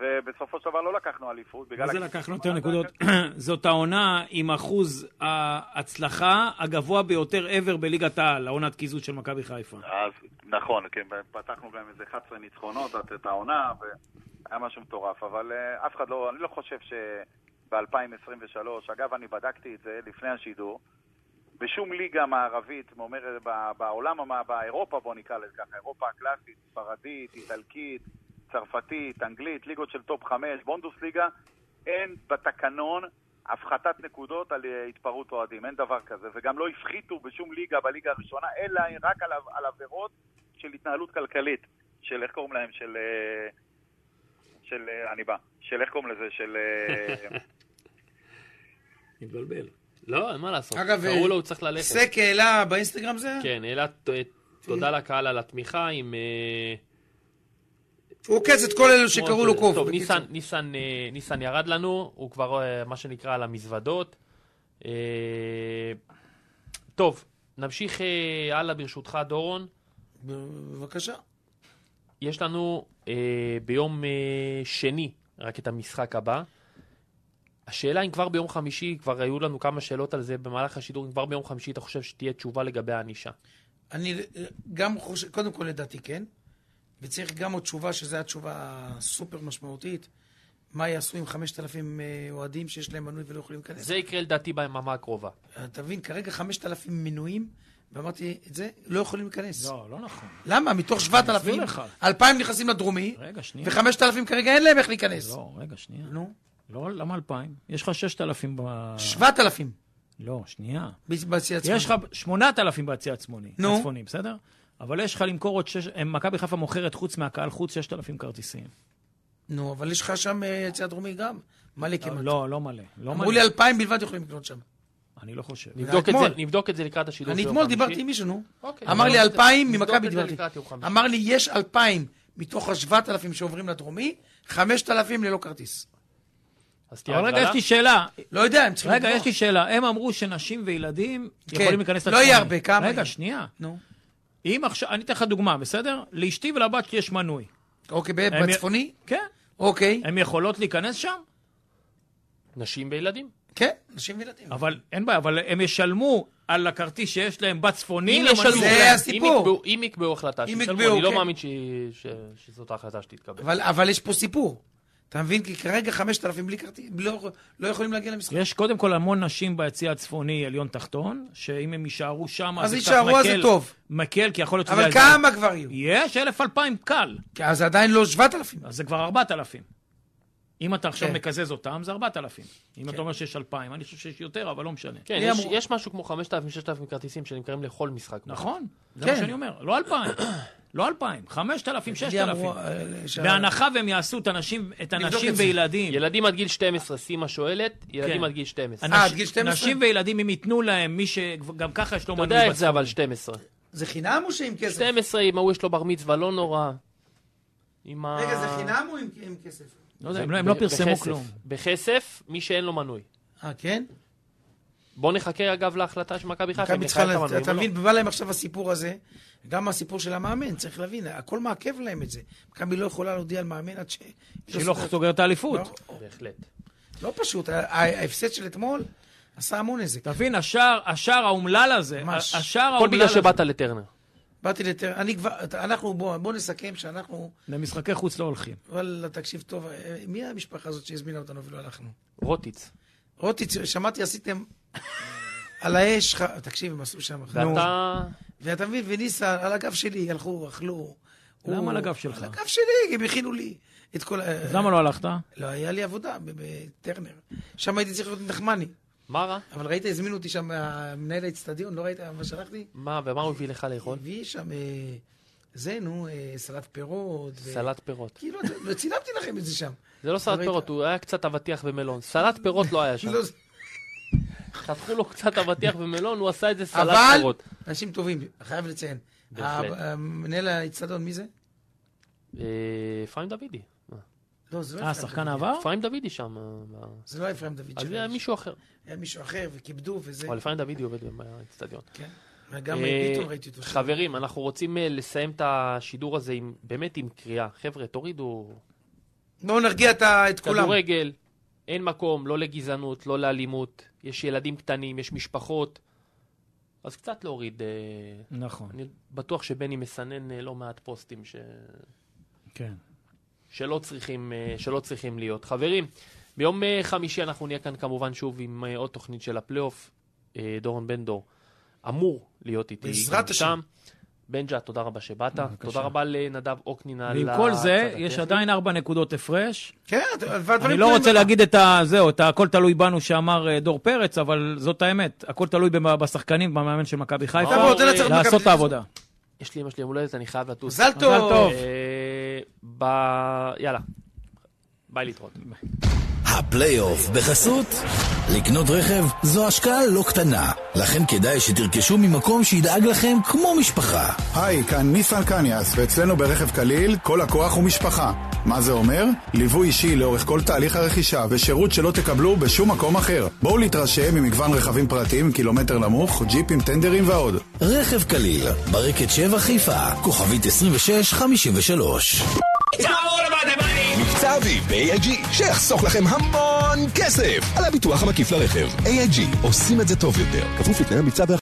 ובסופו של דבר לא לקחנו אליפות. בגלל
זה
הכיסוי.
לקחנו יותר נקודות. זאת העונה עם אחוז ההצלחה הגבוה ביותר ever בליגת העל, העונת קיזוז של מכבי חיפה.
אז נכון, כן, פתחנו גם איזה 11 ניצחונות את, את העונה, והיה משהו מטורף, אבל אה, אף אחד לא, אני לא חושב שב-2023, אגב, אני בדקתי את זה לפני השידור, בשום ליגה מערבית, אומר, ב- בעולם, המע- באירופה, בוא נקרא לזה ככה, אירופה הקלאסית, ספרדית, איטלקית, צרפתית, אנגלית, ליגות של טופ חמש, בונדוס ליגה, אין בתקנון הפחתת נקודות על אה, התפרעות אוהדים, אין דבר כזה. וגם לא הפחיתו בשום ליגה בליגה הראשונה, אלא רק על, ע- על עבירות של התנהלות כלכלית, של איך קוראים להם, של... אה, של... אה, אני בא. של איך קוראים לזה? של... אה,
מתבלבל.
לא, אין מה לעשות.
אגב,
קראו
אה,
לו, הוא צריך ללכת.
סק אה, העלה באינסטגרם זה?
כן, העלה ת- תודה לקהל על התמיכה עם... אה,
הוא עוקץ את כל אלו שקראו לו קוף.
טוב,
בקיצור.
ניסן, ניסן, אה, ניסן ירד לנו, הוא כבר, אה, מה שנקרא, על המזוודות. אה, טוב, נמשיך אה, הלאה ברשותך, דורון.
בבקשה.
יש לנו אה, ביום אה, שני רק את המשחק הבא. השאלה אם כבר ביום חמישי, כבר היו לנו כמה שאלות על זה במהלך השידור, אם כבר ביום חמישי אתה חושב שתהיה תשובה לגבי הענישה.
אני אה, גם חושב, קודם כל לדעתי כן, וצריך גם עוד תשובה, שזו התשובה הסופר משמעותית. מה יעשו עם 5,000 אה, אוהדים שיש להם מנוי ולא יכולים להיכנס?
זה יקרה לדעתי ביממה הקרובה.
אה, אתה מבין, כרגע 5,000 מנויים, ואמרתי את זה, לא יכולים להיכנס.
לא, לא נכון.
למה? מתוך 7,000,
אני אסביר לך.
2,000 נכנסים לדרומי,
רגע, שנייה.
ו-5,000 כרגע אין להם איך להיכנס.
לא, רגע, שנייה.
נו,
לא, למה 2,000? יש לך 6,000 ב...
7,000
לא, שנייה.
ב- ביציע עצמו.
יש לך 8,000 ביציע הצפוני,
נו.
הצפוני, בסדר? אבל יש לך למכור עוד שש... הם- מכבי חיפה מוכרת חוץ מהקהל חוץ 6,000 כרטיסים.
נו, אבל יש לך שם אה, יציע דרומי גם, מלא כמעט.
לא, לא מלא. לא
אמרו
מלא.
לי 2,000 בלבד יכולים לקנות שם.
אני לא חושב.
נבדוק את
אתמול.
זה- נבדוק את כאילו זה לקראת השידור.
אני
ביום
אתמול
חמישי.
דיברתי עם מישהו, נו.
אוקיי.
אמר לי
נבדוק את זה-
2,000
נבדוק
ממכבי
את זה
דיברתי.
לקראת יום חמישי.
אמר לי, יש 2,000 מתוך ה-7,000 שעוברים לדרומי, 5,000 ללא כרטיס.
אז תהיה
אבל רגע,
הגרלה.
יש לי שאלה.
לא יודע, הם צריכים...
רגע,
לברוח.
יש לי שאלה. הם אמרו שנשים וילדים
כן.
יכולים להיכנס
לא
לצפוני.
יהיה הרבה, כמה
רגע,
יהיו?
שנייה.
נו.
אם עכשיו, אני אתן לך דוגמה, בסדר? לאשתי ולבת שלי יש מנוי.
אוקיי, ב-
הם י-
בצפוני?
כן.
אוקיי.
הן יכולות להיכנס שם?
נשים וילדים.
כן, נשים וילדים.
אבל אין בעיה, אבל הם ישלמו על הכרטיס שיש להם בצפוני,
אם ישלמו,
לא זה
כן.
הסיפור.
אם יקבעו- אם יקבעו החלטה,
אם
שישלמו,
יקבעו,
אני לא
כן.
מאמין שהיא- ש- שזאת ההחלטה שתתקבל.
אבל- אבל יש פה סיפור. אתה מבין? כי כרגע 5,000 בלי כרטיס, לא- לא יכולים להגיע למשחק.
יש קודם כל המון נשים ביציע הצפוני, עליון תחתון, שאם הם יישארו שם,
אז
זה קצת
יישארו, אז זה
מקל-
טוב.
מקל, כי יכול להיות שזה...
אבל כמה כבר יהיו?
יש, אלף אלפיים קל.
כי אז זה עדיין לא 7,000.
אז זה כבר ארבעת אלפים. אם אתה עכשיו
כן.
מקזז אותם, זה ארבעת אלפים. אם אתה אומר שיש אלפיים, אני חושב שיש יותר, אבל לא משנה.
כן,
לי
יש-
אמרו-
יש משהו כמו 5,000-6,000 כרטיסים שנמכרים לכל משחק.
נכון? זה
כן.
מה שאני אומר. לא אלפיים. לא אלפיים. חמשת אלפים, ששת
לי אמרו,
אלפים.
אה, שה-
בהנחה והם יעשו את הנשים- את
נבדוק
הנשים
את זה.
וילדים.
ילדים עד גיל 12, סימה שואלת, ילדים
כן.
עד גיל 12.
אנשים-
אה, עד גיל 12?
נשים וילדים, אם ייתנו להם, מי שגם ככה יש לו
אתה
מנוי
יודע איך זה
בצפון.
אבל 12.
זה חינם או שעם כסף?
12, אם ההוא יש לו בר מצווה, לא נורא. עם ה...
רגע, זה חינם או עם- עם כסף?
לא יודע, הם לא- הם לא
ב-
פרסמו
בכסף.
כלום.
בכסף, מי שאין לו מנוי.
אה, כן?
בוא נחכה אגב להחלטה של מכבי חיפה, אם
מכבי
נחיה
צריכה,
את
לה-
המנוי
אתה
או לא.
מבין, בא להם עכשיו הסיפור הזה, גם הסיפור של המאמן, צריך להבין, הכל מעכב להם את זה. מכבי לא יכולה להודיע על מאמן עד ש...
שהיא לא סוגרת את האליפות.
לא-
בהחלט.
לא פשוט, ה- ה- ההפסד של אתמול עשה המון נזק.
תבין, השער, השער האומלל הזה,
ממש.
השער
הכל
האומלל
בגלל
הזה,
שבאת לטרנר.
באתי לטר... אני כבר... אנחנו, בוא, בוא נסכם שאנחנו...
למשחקי חוץ לא הולכים.
וואלה, תקשיב טוב, אה, מי המשפחה הזאת שהזמינה אותנו ולא הלכנו?
רוטיץ.
רוטי, שמעתי, עשיתם... על האש, ח- תקשיב, הם עשו שם.
ואתה...
ואתה מבין, וניסן, על הגב שלי, הלכו, אכלו.
למה
הוא-
על הגב שלך?
על הגב שלי, הם הכינו לי את כל ה...
אז למה לא הלכת?
לא, היה לי עבודה ב- בטרנר. שם הייתי צריך להיות נחמני.
מה רע?
אבל ראית, הזמינו אותי שם, אה, מנהל האצטדיון, לא ראית מה שלחתי?
מה, ומה הוא הביא לך
נכון.
לאכול?
הביא שם, אה, זה, נו, אה, סלט פירות. ו-
סלט פירות.
כאילו, אתה- לא, צילמתי לכם את זה שם.
זה לא סלט
ראית?
פירות, הוא היה קצת אבטיח ומלון. סלט פירות לא היה שם.
לא,
חתכו לו קצת אבטיח ומלון, הוא עשה את זה סלט
אבל,
פירות.
אנשים טובים, חייב לציין.
בהחלט.
ה- מנהל האצטדיון, מי זה?
אה, אפרים דוידי.
לא, זה לא
אה,
אפרים
שחקן
דוד.
עבר?
אפרים דוידי שם. אה, ב-
זה לא אפרים דוד
אז
שלנו.
היה מישהו אחר.
היה מישהו אחר, וכיבדו, וזה.
אבל אפרים דוידי עובד באצטדיון.
כן. וגם
אה,
פתאום ראיתי אותו. שם.
חברים, אנחנו רוצים אה, לסיים את השידור הזה עם- באמת עם קריאה. חבר'ה, תורידו
בואו נרגיע את ה- את כולם.
כדורגל, אין מקום, לא לגזענות, לא לאלימות. יש ילדים קטנים, יש משפחות. אז קצת להוריד. אה,
נכון,
אני בטוח שבני מסנן אה, לא מעט פוסטים ש...
כן.
שלא צריכים, אה, שלא צריכים להיות. חברים, ביום אה, חמישי אנחנו נהיה כאן כמובן שוב עם אה, עוד תוכנית של הפלייאוף. אה, דורון בן דור אמור להיות איתי
בעזרת
גם שם. בנג'ה, תודה רבה שבאת. תודה רבה לנדב אוקנין על
ועם
הצד
כל זה, יש
הטכני.
עדיין ארבע נקודות הפרש.
כן, והדברים...
אני לא רוצה להגיד את ה... זהו, את הכל תלוי בנו שאמר אה, דור פרץ, אבל זאת האמת. הכל תלוי במ- בשחקנים, במאמן של מכבי
אתה
חיפה.
בוא, תן לצאת
לעשות את העבודה.
יש לי אמא שלי יום הולדת, אני חייב לטוס.
מזל טוב.
מזל טוב.
אה, ב- יאללה, ביי להתראות.
הפלייאוף בחסות? לקנות רכב זו השקעה לא קטנה, לכן כדאי שתרכשו ממקום שידאג לכם כמו משפחה.
היי, כאן ניסן קניאס, ואצלנו ברכב קליל כל לקוח הוא משפחה. מה זה אומר? ליווי אישי לאורך כל תהליך הרכישה ושירות שלא תקבלו בשום מקום אחר. בואו להתרשם ממגוון רכבים פרטיים, קילומטר נמוך, ג'יפים, טנדרים ועוד.
רכב קליל, ברקת 7 חיפה, כוכבית 2653.
מבצע אביב ב-AIG, שיחסוך לכם המון כסף על הביטוח המקיף לרכב. AIG, עושים את זה טוב יותר. כפוף לתנאי המבצע והחברה.